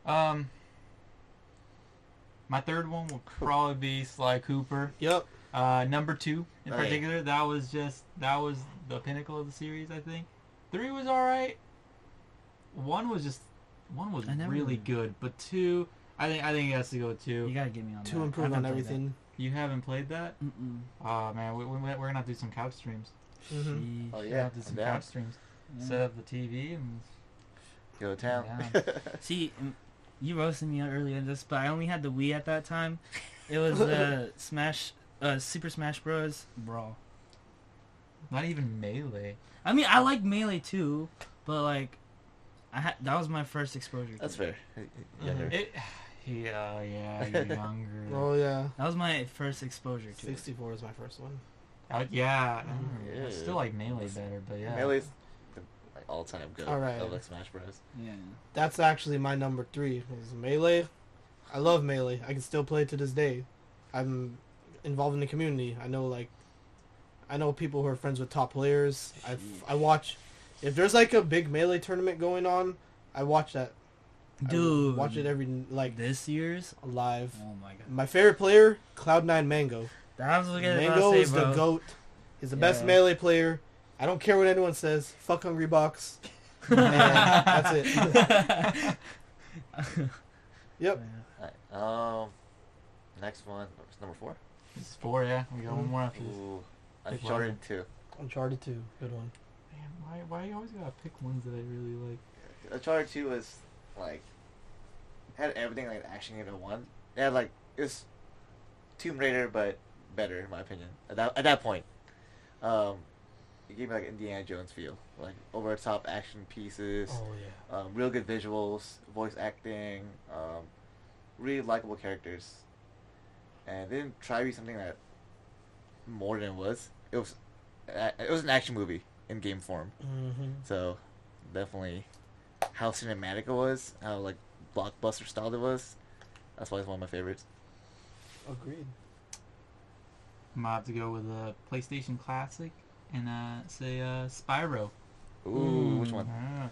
[SPEAKER 1] Yeah. Um, my third one will probably be Sly Cooper.
[SPEAKER 2] yep.
[SPEAKER 1] Uh, number two in
[SPEAKER 4] Oh, yeah.
[SPEAKER 1] particular, that was just that was the pinnacle of the series. I think three was all right. One was just one was
[SPEAKER 3] I never-
[SPEAKER 1] really good, but two, I think I think it has to go with
[SPEAKER 3] You
[SPEAKER 1] two.
[SPEAKER 3] gotta get me on
[SPEAKER 2] To
[SPEAKER 3] that.
[SPEAKER 2] improve
[SPEAKER 3] I
[SPEAKER 2] on
[SPEAKER 3] haven't played
[SPEAKER 2] everything.
[SPEAKER 1] You haven't played that?
[SPEAKER 3] that. Mm-mm.
[SPEAKER 1] Oh man, we, we, we're gonna have to do some couch streams.
[SPEAKER 2] Mm-hmm.
[SPEAKER 3] Sheesh.
[SPEAKER 4] Oh
[SPEAKER 1] We're
[SPEAKER 4] yeah,
[SPEAKER 1] gonna have to do
[SPEAKER 4] I'm
[SPEAKER 1] some
[SPEAKER 4] down.
[SPEAKER 1] couch streams.
[SPEAKER 3] Yeah.
[SPEAKER 1] Set up the TV and
[SPEAKER 4] Go to town.
[SPEAKER 1] Yeah.
[SPEAKER 3] See, m- you roasted me earlier in this, but I only had the Wii at that time. It was uh, Smash, uh, Super Smash Bros. Brawl.
[SPEAKER 1] not even melee.
[SPEAKER 3] I mean, I like Melee too, but like, I had that was my first exposure. to
[SPEAKER 4] That's
[SPEAKER 3] it.
[SPEAKER 4] fair. Younger.
[SPEAKER 1] It, yeah, yeah, you're younger.
[SPEAKER 2] Oh yeah.
[SPEAKER 3] That was my first exposure to it.
[SPEAKER 2] 64 is my first one.
[SPEAKER 1] Uh, yeah,
[SPEAKER 4] Mm,
[SPEAKER 1] I
[SPEAKER 4] yeah.
[SPEAKER 1] still like melee better, but yeah.
[SPEAKER 4] Melee's the like, all time go
[SPEAKER 2] All right.
[SPEAKER 4] of like Smash Bros.
[SPEAKER 3] Yeah.
[SPEAKER 2] That's actually my number three. Is melee. I love melee. I can still play it to this day. I'm involved in the community. I know like, I know people who are friends with top players. I f- I watch. If there's like a big melee tournament going on, I watch that. I
[SPEAKER 3] Dude.
[SPEAKER 2] watch it every like
[SPEAKER 3] This year's.
[SPEAKER 2] live.
[SPEAKER 3] Oh my god.
[SPEAKER 2] My favorite player, Cloud Nine Mango.
[SPEAKER 3] That was what I was
[SPEAKER 2] Mango
[SPEAKER 3] about to
[SPEAKER 2] is
[SPEAKER 3] say,
[SPEAKER 2] the
[SPEAKER 3] bro.
[SPEAKER 2] goat. He's the best
[SPEAKER 3] Yeah.
[SPEAKER 2] melee player. I don't care what anyone says. Fuck Hungry Box. Man, that's it. yep.
[SPEAKER 4] Alright, Um, next one it's number four.
[SPEAKER 1] It's four, yeah. We got one more after this.
[SPEAKER 4] Ooh,
[SPEAKER 1] Big
[SPEAKER 4] Uncharted two.
[SPEAKER 2] Uncharted Two, good one.
[SPEAKER 1] Man, why, why you always gotta pick ones that I really like?
[SPEAKER 4] Uncharted two was like had everything like Action Hero one. It had like it's Tomb Raider but better in my opinion. At that at that point, um, it gave me like Indiana Jones feel, like over the top action pieces.
[SPEAKER 2] Oh, yeah.
[SPEAKER 4] um, real good visuals, voice acting, um, really likable characters, and they didn't try to be something that more than it was. It was uh, it was an action movie in game form,
[SPEAKER 2] Mm-hmm.
[SPEAKER 4] so definitely how cinematic it was, how like blockbuster style it was. That's why it's one of my favorites.
[SPEAKER 2] Agreed.
[SPEAKER 1] I'm gonna have to go with a PlayStation Classic and uh, say uh, Spyro.
[SPEAKER 4] Ooh, which one?
[SPEAKER 1] Ah.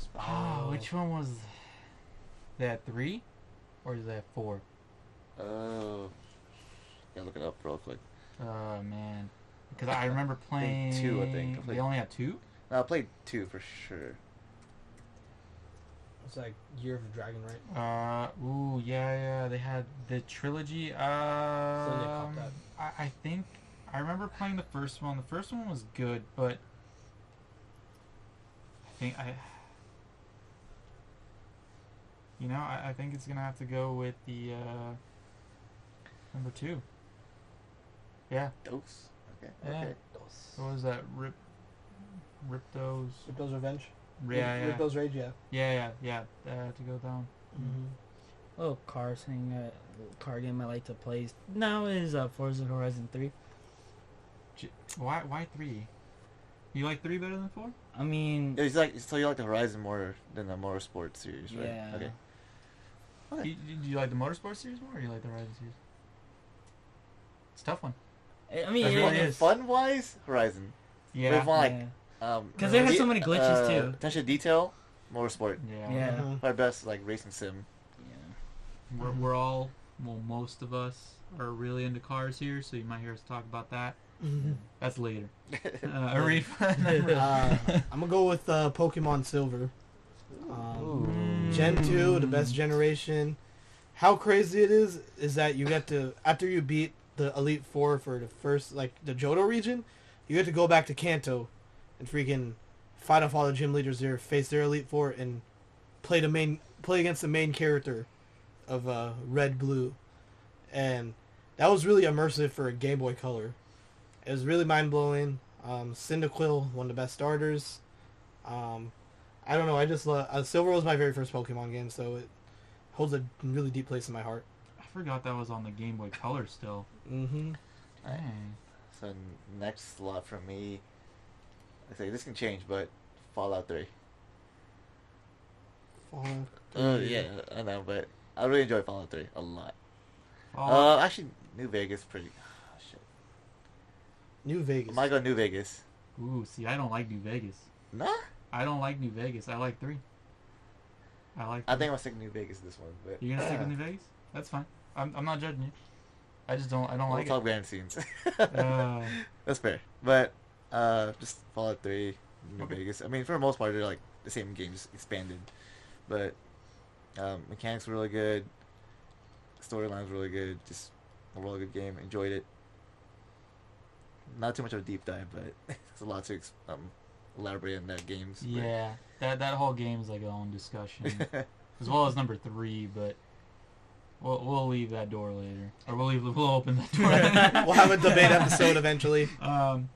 [SPEAKER 2] Spyro.
[SPEAKER 1] Oh, which one was that? Three? Or is that four?
[SPEAKER 3] Mm-hmm.
[SPEAKER 4] Oh, yeah, look it up real quick.
[SPEAKER 1] Oh, man. Because I remember
[SPEAKER 4] I
[SPEAKER 1] playing.
[SPEAKER 4] think two, I think. I
[SPEAKER 1] They
[SPEAKER 4] played-
[SPEAKER 1] only have two?
[SPEAKER 4] No, I played two for sure.
[SPEAKER 2] It's like Year of the Dragon, right?
[SPEAKER 1] Uh, ooh, yeah, yeah. They had the trilogy. Um,
[SPEAKER 2] caught that.
[SPEAKER 1] I, I think I remember playing the first one. The first one was good, but I think I. You know, I, I think it's gonna have to go with the uh, number two. Yeah,
[SPEAKER 4] Dose. Okay.
[SPEAKER 1] Yeah.
[SPEAKER 4] Okay.
[SPEAKER 1] what was that? Rip, Ripto's.
[SPEAKER 2] Ripto's Revenge.
[SPEAKER 1] Yeah, yeah,
[SPEAKER 2] Ripto's Rage, yeah.
[SPEAKER 1] yeah, yeah, yeah. Uh, to go down.
[SPEAKER 2] Mm-hmm.
[SPEAKER 3] little car thing, uh, little car game I like to play now is uh, Forza Horizon 3.
[SPEAKER 1] Why? Why three? You like three better than four?
[SPEAKER 3] I mean,
[SPEAKER 4] It's like so you like the Horizon more than the Motorsport series, right?
[SPEAKER 3] Yeah.
[SPEAKER 4] Okay.
[SPEAKER 1] Do you, do you like the motorsport series more, or you like the Horizon series? It's a tough one.
[SPEAKER 3] I I mean,
[SPEAKER 1] That's
[SPEAKER 3] it-
[SPEAKER 1] really is.
[SPEAKER 4] Fun wise, Horizon. They've won, like,
[SPEAKER 3] yeah.
[SPEAKER 4] um,
[SPEAKER 3] 'Cause they had so
[SPEAKER 4] the-
[SPEAKER 3] many glitches,
[SPEAKER 4] uh,
[SPEAKER 3] too.
[SPEAKER 4] Attention to detail, Motorsport.
[SPEAKER 1] yeah.
[SPEAKER 3] Yeah.
[SPEAKER 2] Uh-huh.
[SPEAKER 4] Probably best like racing sim.
[SPEAKER 1] We're, we're all, well, most of us are really into cars here, so you might hear us talk about that. That's later. Uh, Arif.
[SPEAKER 2] uh, I'm gonna go with uh, Pokemon Silver. Um, Gen two, the best generation. How crazy it is is that you get to after you beat the Elite Four for the first like the Johto region, you get to go back to Kanto, and freaking fight off all the gym leaders there, face their elite four, and play the main play against the main character of uh, Red Blue, and that was really immersive for a Game Boy Color. It was really mind blowing. Um, Cyndaquil, one of the best starters. Um, I don't know. I just love uh, Silver was my very first Pokemon game, so it holds a really deep place in my heart.
[SPEAKER 1] I forgot that was on the Game Boy Color still.
[SPEAKER 2] Mm-hmm.
[SPEAKER 4] Alright, So next slot for me, I say this can change, but Fallout Three. Oh yeah, I know, but I really enjoy Fallout Three a lot.
[SPEAKER 1] Fallout-
[SPEAKER 4] Uh, actually, New Vegas pretty. Oh, shit.
[SPEAKER 2] New
[SPEAKER 4] I
[SPEAKER 2] Vegas.
[SPEAKER 4] might go New Vegas.
[SPEAKER 1] Oh, Ooh, see, I don't like New Vegas.
[SPEAKER 4] Nah,
[SPEAKER 1] I don't like New Vegas. I like three. I like.
[SPEAKER 4] I think I'm sticking New Vegas this one, but
[SPEAKER 1] you're gonna stick with New Vegas. That's fine. I'm, I'm not judging you. I just don't. I don't
[SPEAKER 4] We'll
[SPEAKER 1] like
[SPEAKER 4] talk
[SPEAKER 1] it.
[SPEAKER 4] behind the scenes.
[SPEAKER 1] Uh,
[SPEAKER 4] That's fair, but uh, just Fallout Three, New
[SPEAKER 1] Okay.
[SPEAKER 4] Vegas. I mean, for the most part, they're like the same game, just expanded. But um, mechanics were really good, storylines really good, just a really good game. Enjoyed it. Not too much of a deep dive, but there's a lot to ex- um, elaborate on that games. but-
[SPEAKER 1] yeah, that that whole game's like a own discussion, as well as number three. But we'll we'll leave that door later, or we'll leave we'll open that door.
[SPEAKER 2] we'll have a debate episode eventually.
[SPEAKER 1] Um,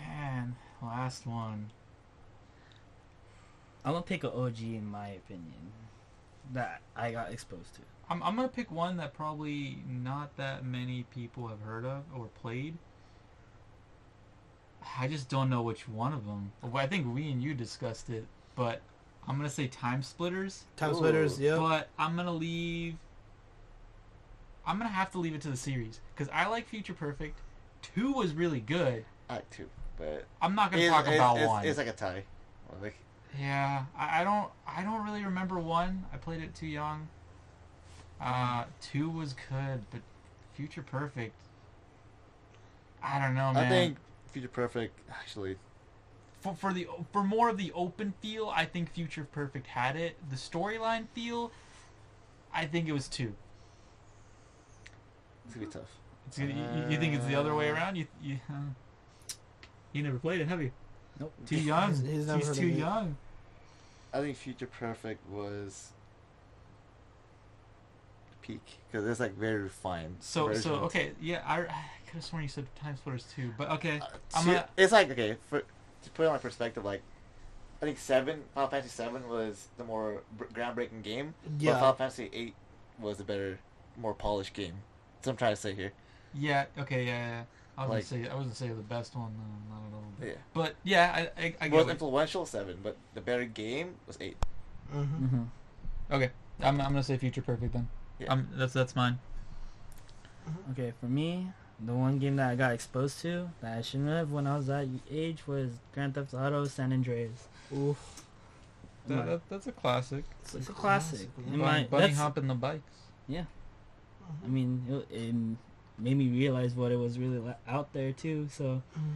[SPEAKER 1] man, last one.
[SPEAKER 3] I'm gonna pick an OG in my opinion that I got exposed to.
[SPEAKER 1] I'm, I'm gonna pick one that probably not that many people have heard of or played. I just don't know which one of them. Well, I think we and you discussed it, but I'm gonna say Time Splitters.
[SPEAKER 2] Time
[SPEAKER 4] Ooh.
[SPEAKER 2] splitters. Yeah.
[SPEAKER 1] But I'm gonna leave. I'm gonna have to leave it to the series because I like Future Perfect. Two was really good.
[SPEAKER 4] I like two, but
[SPEAKER 1] I'm not gonna
[SPEAKER 4] it's,
[SPEAKER 1] talk
[SPEAKER 4] it's-
[SPEAKER 1] about
[SPEAKER 4] it's-
[SPEAKER 1] one.
[SPEAKER 4] It's like a tie. Like,
[SPEAKER 1] Yeah, I, I don't I don't really remember one. I played it too young. Uh, two was good, but Future Perfect. I don't know, Oh, man.
[SPEAKER 4] I think Future Perfect actually
[SPEAKER 1] for, for the for more of the open feel, I think Future Perfect had it. The storyline feel, I think it was two.
[SPEAKER 4] it's gonna be tough.
[SPEAKER 1] It's, you, you- you think it's the other way around? You you, uh, you never played it, have you?
[SPEAKER 3] Nope.
[SPEAKER 1] Too young.
[SPEAKER 2] He's- he's
[SPEAKER 1] He's,
[SPEAKER 2] never heard
[SPEAKER 1] too
[SPEAKER 2] of it.
[SPEAKER 1] young.
[SPEAKER 4] I think Future Perfect was peak because it's like very refined.
[SPEAKER 1] So so
[SPEAKER 4] version.
[SPEAKER 1] okay, yeah. I, I could have sworn you said Time Splitters two, but okay.
[SPEAKER 4] Uh,
[SPEAKER 1] I'm
[SPEAKER 4] see,
[SPEAKER 1] gonna-
[SPEAKER 4] It's like okay for to put it on perspective, like I think seven Final Fantasy seven was the more br- groundbreaking game, but
[SPEAKER 2] Yeah.
[SPEAKER 4] Final Fantasy eight was the better, more polished game. That's what I'm trying to say here.
[SPEAKER 1] Yeah. Okay. Yeah. yeah. I
[SPEAKER 4] Like-
[SPEAKER 1] was gonna say I wasn't say the best one. No, not at all. But,
[SPEAKER 4] Yeah,
[SPEAKER 1] but yeah, I I, I get
[SPEAKER 4] was
[SPEAKER 1] what-
[SPEAKER 4] influential seven, but the better game was eight.
[SPEAKER 2] Mm-hmm.
[SPEAKER 3] Mm-hmm.
[SPEAKER 1] Okay, I'm, I'm gonna say Future Perfect then.
[SPEAKER 4] Yeah.
[SPEAKER 1] Um, that's that's mine.
[SPEAKER 3] Okay, for me, the one game that I got exposed to that I shouldn't have when I was that age was Grand Theft Auto San Andreas.
[SPEAKER 2] Oof.
[SPEAKER 3] My-
[SPEAKER 1] that's a classic.
[SPEAKER 3] it's, it's a classic.
[SPEAKER 2] classic.
[SPEAKER 3] In my,
[SPEAKER 1] Bunny
[SPEAKER 3] that's-
[SPEAKER 1] hopping the bikes.
[SPEAKER 3] I mean, it, it made me realize what it was really la- out there too. So
[SPEAKER 2] Mm-hmm.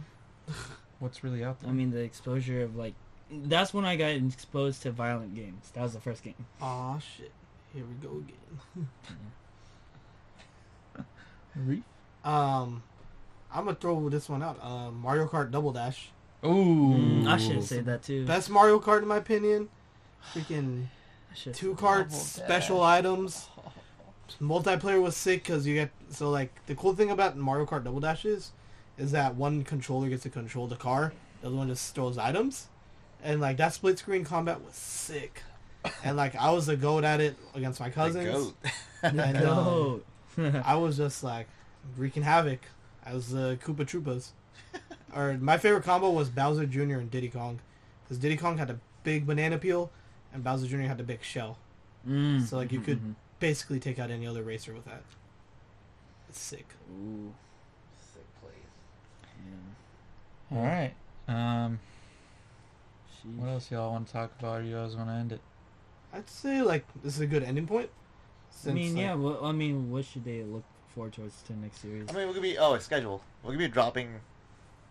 [SPEAKER 1] What's really out
[SPEAKER 3] I mean, the exposure of like, that's when I got exposed to violent games. That was the first game.
[SPEAKER 2] Aw shit. Here we go again. Um, I'm gonna throw this one out. Uh, Mario Kart Double Dash.
[SPEAKER 1] Ooh,
[SPEAKER 3] Mm, I should have said that too.
[SPEAKER 2] Best Mario Kart in my opinion. Freaking
[SPEAKER 3] I should've
[SPEAKER 2] two
[SPEAKER 3] said
[SPEAKER 2] carts,
[SPEAKER 1] Double Dash.
[SPEAKER 2] special items. Multiplayer was sick because you get so like the cool thing about Mario Kart Double Dash is, is that one controller gets to control the car, the other one just throws items, and like that split screen combat was sick. And like I was a goat at it against my cousins.
[SPEAKER 4] The goat.
[SPEAKER 2] And,
[SPEAKER 3] that.
[SPEAKER 2] uh,
[SPEAKER 3] No.
[SPEAKER 2] I was just like wreaking havoc as the uh, Koopa Troopas. or my favorite combo was Bowser Jr. and Diddy Kong, because Diddy Kong had a big banana peel, and Bowser Jr. had the big shell.
[SPEAKER 3] Mm.
[SPEAKER 2] So like you
[SPEAKER 3] Mhm,
[SPEAKER 2] could
[SPEAKER 3] mhm.
[SPEAKER 2] basically take out any other racer with that. It's sick.
[SPEAKER 3] Ooh.
[SPEAKER 4] Sick place.
[SPEAKER 3] Mm-hmm. Yeah.
[SPEAKER 1] All right. Um,
[SPEAKER 3] Sheesh.
[SPEAKER 1] what else y'all want to talk about? Or you guys want to end it?
[SPEAKER 2] I'd say like this is a good ending point.
[SPEAKER 3] I
[SPEAKER 2] since,
[SPEAKER 3] mean,
[SPEAKER 2] like-
[SPEAKER 3] yeah. Well, I mean, what should they look forward towards to next series?
[SPEAKER 4] I mean, we're gonna be oh, it's schedule. We're gonna be dropping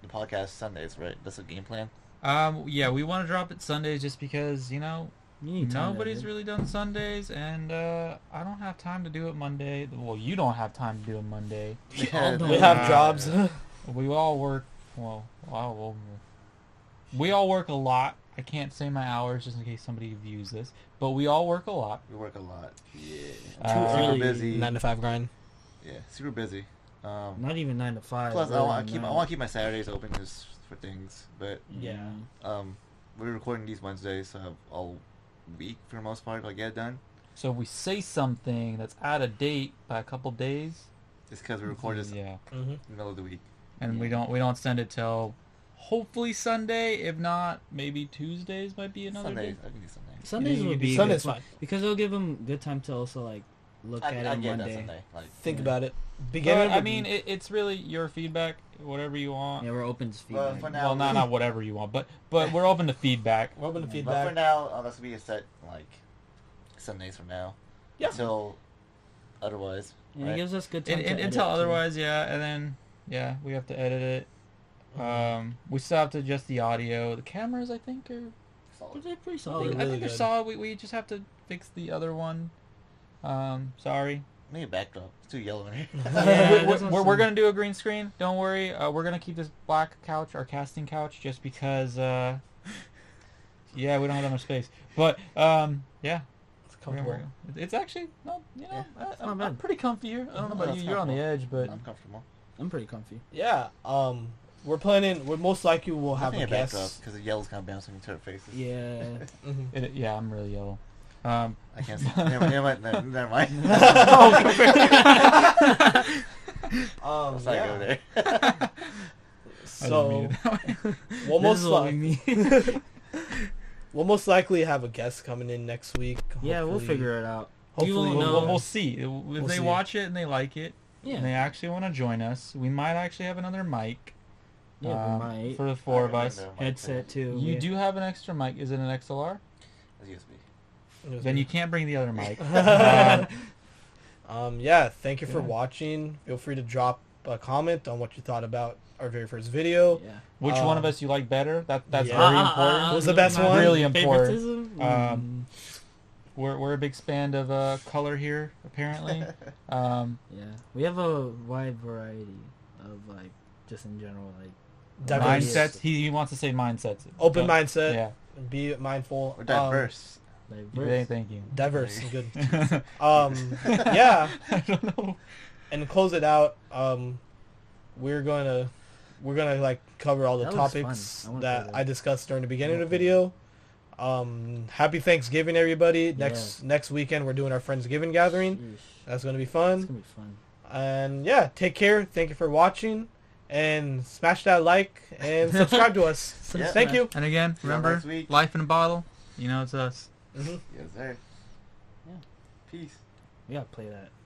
[SPEAKER 4] the podcast Sundays, right? That's the game plan.
[SPEAKER 1] Um, yeah, we want to drop it Sundays just because you know
[SPEAKER 3] You need time to
[SPEAKER 1] Nobody's
[SPEAKER 3] do it.
[SPEAKER 1] really done Sundays, and uh, I don't have time to do it Monday. Well, you don't have time to do it Monday.
[SPEAKER 3] We all
[SPEAKER 4] Yeah,
[SPEAKER 3] don't.
[SPEAKER 2] we have
[SPEAKER 1] Uh,
[SPEAKER 2] jobs.
[SPEAKER 1] We all work. Well, well, well we all work a lot. I can't say my hours just in case somebody views this, but we all work a lot.
[SPEAKER 4] We work a lot. Yeah.
[SPEAKER 1] Uh,
[SPEAKER 4] super
[SPEAKER 3] early.
[SPEAKER 4] busy.
[SPEAKER 2] Nine to five grind.
[SPEAKER 4] Yeah, super busy. Um,
[SPEAKER 3] Not even nine to five.
[SPEAKER 4] plus, I
[SPEAKER 3] really
[SPEAKER 4] want to keep I
[SPEAKER 3] nine.
[SPEAKER 4] want to keep my Saturdays open just for things, but
[SPEAKER 3] Yeah.
[SPEAKER 4] um, we're recording these Wednesdays, so I have all week for the most part. I'll get it done.
[SPEAKER 1] So if we say something that's out of date by a couple days,
[SPEAKER 4] Just because we record this
[SPEAKER 1] yeah,
[SPEAKER 2] Mm-hmm.
[SPEAKER 4] in the middle of the week.
[SPEAKER 1] and we don't we don't send it till hopefully Sunday. If not, maybe Tuesdays might be another
[SPEAKER 4] Sundays,
[SPEAKER 1] day.
[SPEAKER 4] I can do Sundays.
[SPEAKER 3] Sundays
[SPEAKER 1] you
[SPEAKER 3] will
[SPEAKER 1] do
[SPEAKER 3] be
[SPEAKER 2] Sunday's
[SPEAKER 3] good
[SPEAKER 2] fine.
[SPEAKER 3] because it'll give them good time to also like look at
[SPEAKER 4] I, I
[SPEAKER 3] it
[SPEAKER 4] get
[SPEAKER 3] one
[SPEAKER 4] that
[SPEAKER 3] day.
[SPEAKER 4] Sunday. Like,
[SPEAKER 2] Think
[SPEAKER 3] Yeah.
[SPEAKER 2] about it.
[SPEAKER 1] But,
[SPEAKER 2] Beginning.
[SPEAKER 1] I
[SPEAKER 2] would
[SPEAKER 1] mean,
[SPEAKER 2] be-
[SPEAKER 1] it, it's really your feedback, whatever you want.
[SPEAKER 3] Yeah, we're open to feedback.
[SPEAKER 4] Well, for now,
[SPEAKER 1] Well, not not whatever you want, but but we're open to feedback.
[SPEAKER 2] we're open to
[SPEAKER 4] But for
[SPEAKER 2] feedback.
[SPEAKER 4] now, uh, that's be a set like Sundays from now.
[SPEAKER 1] Yeah.
[SPEAKER 4] Until otherwise.
[SPEAKER 3] And it
[SPEAKER 4] right?
[SPEAKER 3] gives us good time
[SPEAKER 1] And,
[SPEAKER 3] to
[SPEAKER 1] and,
[SPEAKER 3] edit,
[SPEAKER 1] until
[SPEAKER 3] too.
[SPEAKER 1] otherwise, yeah, and then yeah, we have to edit it. Um, we still have to adjust the audio. The cameras, I think, are
[SPEAKER 4] Solid.
[SPEAKER 3] They're
[SPEAKER 1] I
[SPEAKER 3] pretty
[SPEAKER 2] Oh,
[SPEAKER 1] think
[SPEAKER 3] solid.
[SPEAKER 2] really
[SPEAKER 1] they're
[SPEAKER 2] good.
[SPEAKER 1] solid. We, we just have to fix the other one. Um, sorry.
[SPEAKER 4] Maybe a backdrop. It's too yellow. in here.
[SPEAKER 3] Yeah,
[SPEAKER 1] we,
[SPEAKER 3] that's
[SPEAKER 1] are
[SPEAKER 3] awesome.
[SPEAKER 1] we're gonna do a green screen. Don't worry. Uh, we're gonna keep this black couch, our casting couch, just because. Uh, yeah, we don't have that much space. But um, yeah,
[SPEAKER 2] It's
[SPEAKER 3] Oh,
[SPEAKER 1] we're gonna
[SPEAKER 2] comfortable.
[SPEAKER 1] work. It's actually not. You know,
[SPEAKER 4] Yeah,
[SPEAKER 1] I, I'm,
[SPEAKER 3] not
[SPEAKER 1] I'm
[SPEAKER 3] bad.
[SPEAKER 1] pretty comfy here. I don't know about
[SPEAKER 4] That's
[SPEAKER 1] you. You're on the edge, but
[SPEAKER 4] I'm comfortable.
[SPEAKER 3] I'm pretty comfy.
[SPEAKER 2] Yeah. Um, we're planning. We're most likely we'll
[SPEAKER 4] I
[SPEAKER 2] have
[SPEAKER 4] think
[SPEAKER 2] a
[SPEAKER 4] a backdrop
[SPEAKER 2] guest.
[SPEAKER 4] because the yellow's kind of bouncing into our faces.
[SPEAKER 3] Yeah.
[SPEAKER 2] Mhm.
[SPEAKER 1] it, yeah, I'm really yellow. Um,
[SPEAKER 4] I can't. see. never, mind, never mind. Never, never mind.
[SPEAKER 2] Um,
[SPEAKER 4] Let's not
[SPEAKER 2] yeah.
[SPEAKER 4] go there.
[SPEAKER 1] I just
[SPEAKER 2] So
[SPEAKER 1] muted that one.
[SPEAKER 2] we'll most,
[SPEAKER 3] is what we
[SPEAKER 2] like,
[SPEAKER 3] mean.
[SPEAKER 2] we'll most likely have a guest coming in next week.
[SPEAKER 3] yeah, we'll
[SPEAKER 2] hopefully.
[SPEAKER 3] figure it out. You
[SPEAKER 2] Hopefully
[SPEAKER 3] won't
[SPEAKER 1] we'll,
[SPEAKER 3] know.
[SPEAKER 1] we'll, we'll see. If they
[SPEAKER 2] see.
[SPEAKER 1] watch it and they like it, and they
[SPEAKER 3] Yeah.
[SPEAKER 1] actually want to join us, we might actually have another mic
[SPEAKER 3] Yeah,
[SPEAKER 1] um,
[SPEAKER 3] we might.
[SPEAKER 1] for the four of
[SPEAKER 4] Never mind,
[SPEAKER 1] us.
[SPEAKER 4] never mind.
[SPEAKER 3] Headset too.
[SPEAKER 1] You
[SPEAKER 3] yeah.
[SPEAKER 1] do have an extra mic. Is it an XLR?
[SPEAKER 4] It's USB.
[SPEAKER 1] Then you can't bring the other mic. Um,
[SPEAKER 2] um, yeah, thank you for
[SPEAKER 1] Yeah.
[SPEAKER 2] watching. Feel free to drop a comment on what you thought about our very first video.
[SPEAKER 3] Yeah.
[SPEAKER 1] which one of
[SPEAKER 2] Um,
[SPEAKER 1] us you like better? That that's
[SPEAKER 2] yeah.
[SPEAKER 1] very
[SPEAKER 3] Uh, uh,
[SPEAKER 1] important.
[SPEAKER 3] uh,
[SPEAKER 2] What's the
[SPEAKER 3] no,
[SPEAKER 2] best
[SPEAKER 3] not
[SPEAKER 2] one?
[SPEAKER 1] ah,
[SPEAKER 2] Mm.
[SPEAKER 1] Really important.
[SPEAKER 3] favoritism?
[SPEAKER 1] Um, We're we're a big span of uh, color here, apparently. Um,
[SPEAKER 3] Mm, yeah. We have a wide variety of like just in general like
[SPEAKER 2] Diverse.
[SPEAKER 1] mindsets. He, he wants to say mindsets.
[SPEAKER 2] Open
[SPEAKER 1] But-
[SPEAKER 2] mindset.
[SPEAKER 1] Yeah.
[SPEAKER 2] Be mindful.
[SPEAKER 4] We're
[SPEAKER 2] um,
[SPEAKER 4] diverse.
[SPEAKER 1] Hey,
[SPEAKER 3] diverse.
[SPEAKER 1] Thank you.
[SPEAKER 2] diverse. is Good.
[SPEAKER 1] I
[SPEAKER 2] Um, yeah.
[SPEAKER 1] don't know.
[SPEAKER 2] And to close it out. Um, we're gonna we're gonna like cover all the
[SPEAKER 3] That looks
[SPEAKER 2] topics
[SPEAKER 3] fun. I wanna
[SPEAKER 2] that,
[SPEAKER 3] play that.
[SPEAKER 2] I discussed during the beginning of the
[SPEAKER 3] wanna play
[SPEAKER 2] video. Um, happy Thanksgiving, everybody! Next next weekend we're doing our Friendsgiving gathering.
[SPEAKER 3] Yeesh.
[SPEAKER 2] That's gonna be
[SPEAKER 3] It's
[SPEAKER 2] fun.
[SPEAKER 3] gonna be fun.
[SPEAKER 2] And yeah, take care. Thank you for watching. And smash that like and subscribe to us.
[SPEAKER 4] Yeah.
[SPEAKER 2] Thank you.
[SPEAKER 1] And again,
[SPEAKER 4] See y'all
[SPEAKER 1] remember,
[SPEAKER 4] next week.
[SPEAKER 1] life in a bottle.
[SPEAKER 4] Mm-hmm.
[SPEAKER 1] You know, it's us.
[SPEAKER 4] Yes, sir.
[SPEAKER 3] Yeah.
[SPEAKER 4] Peace.
[SPEAKER 3] We gotta play that.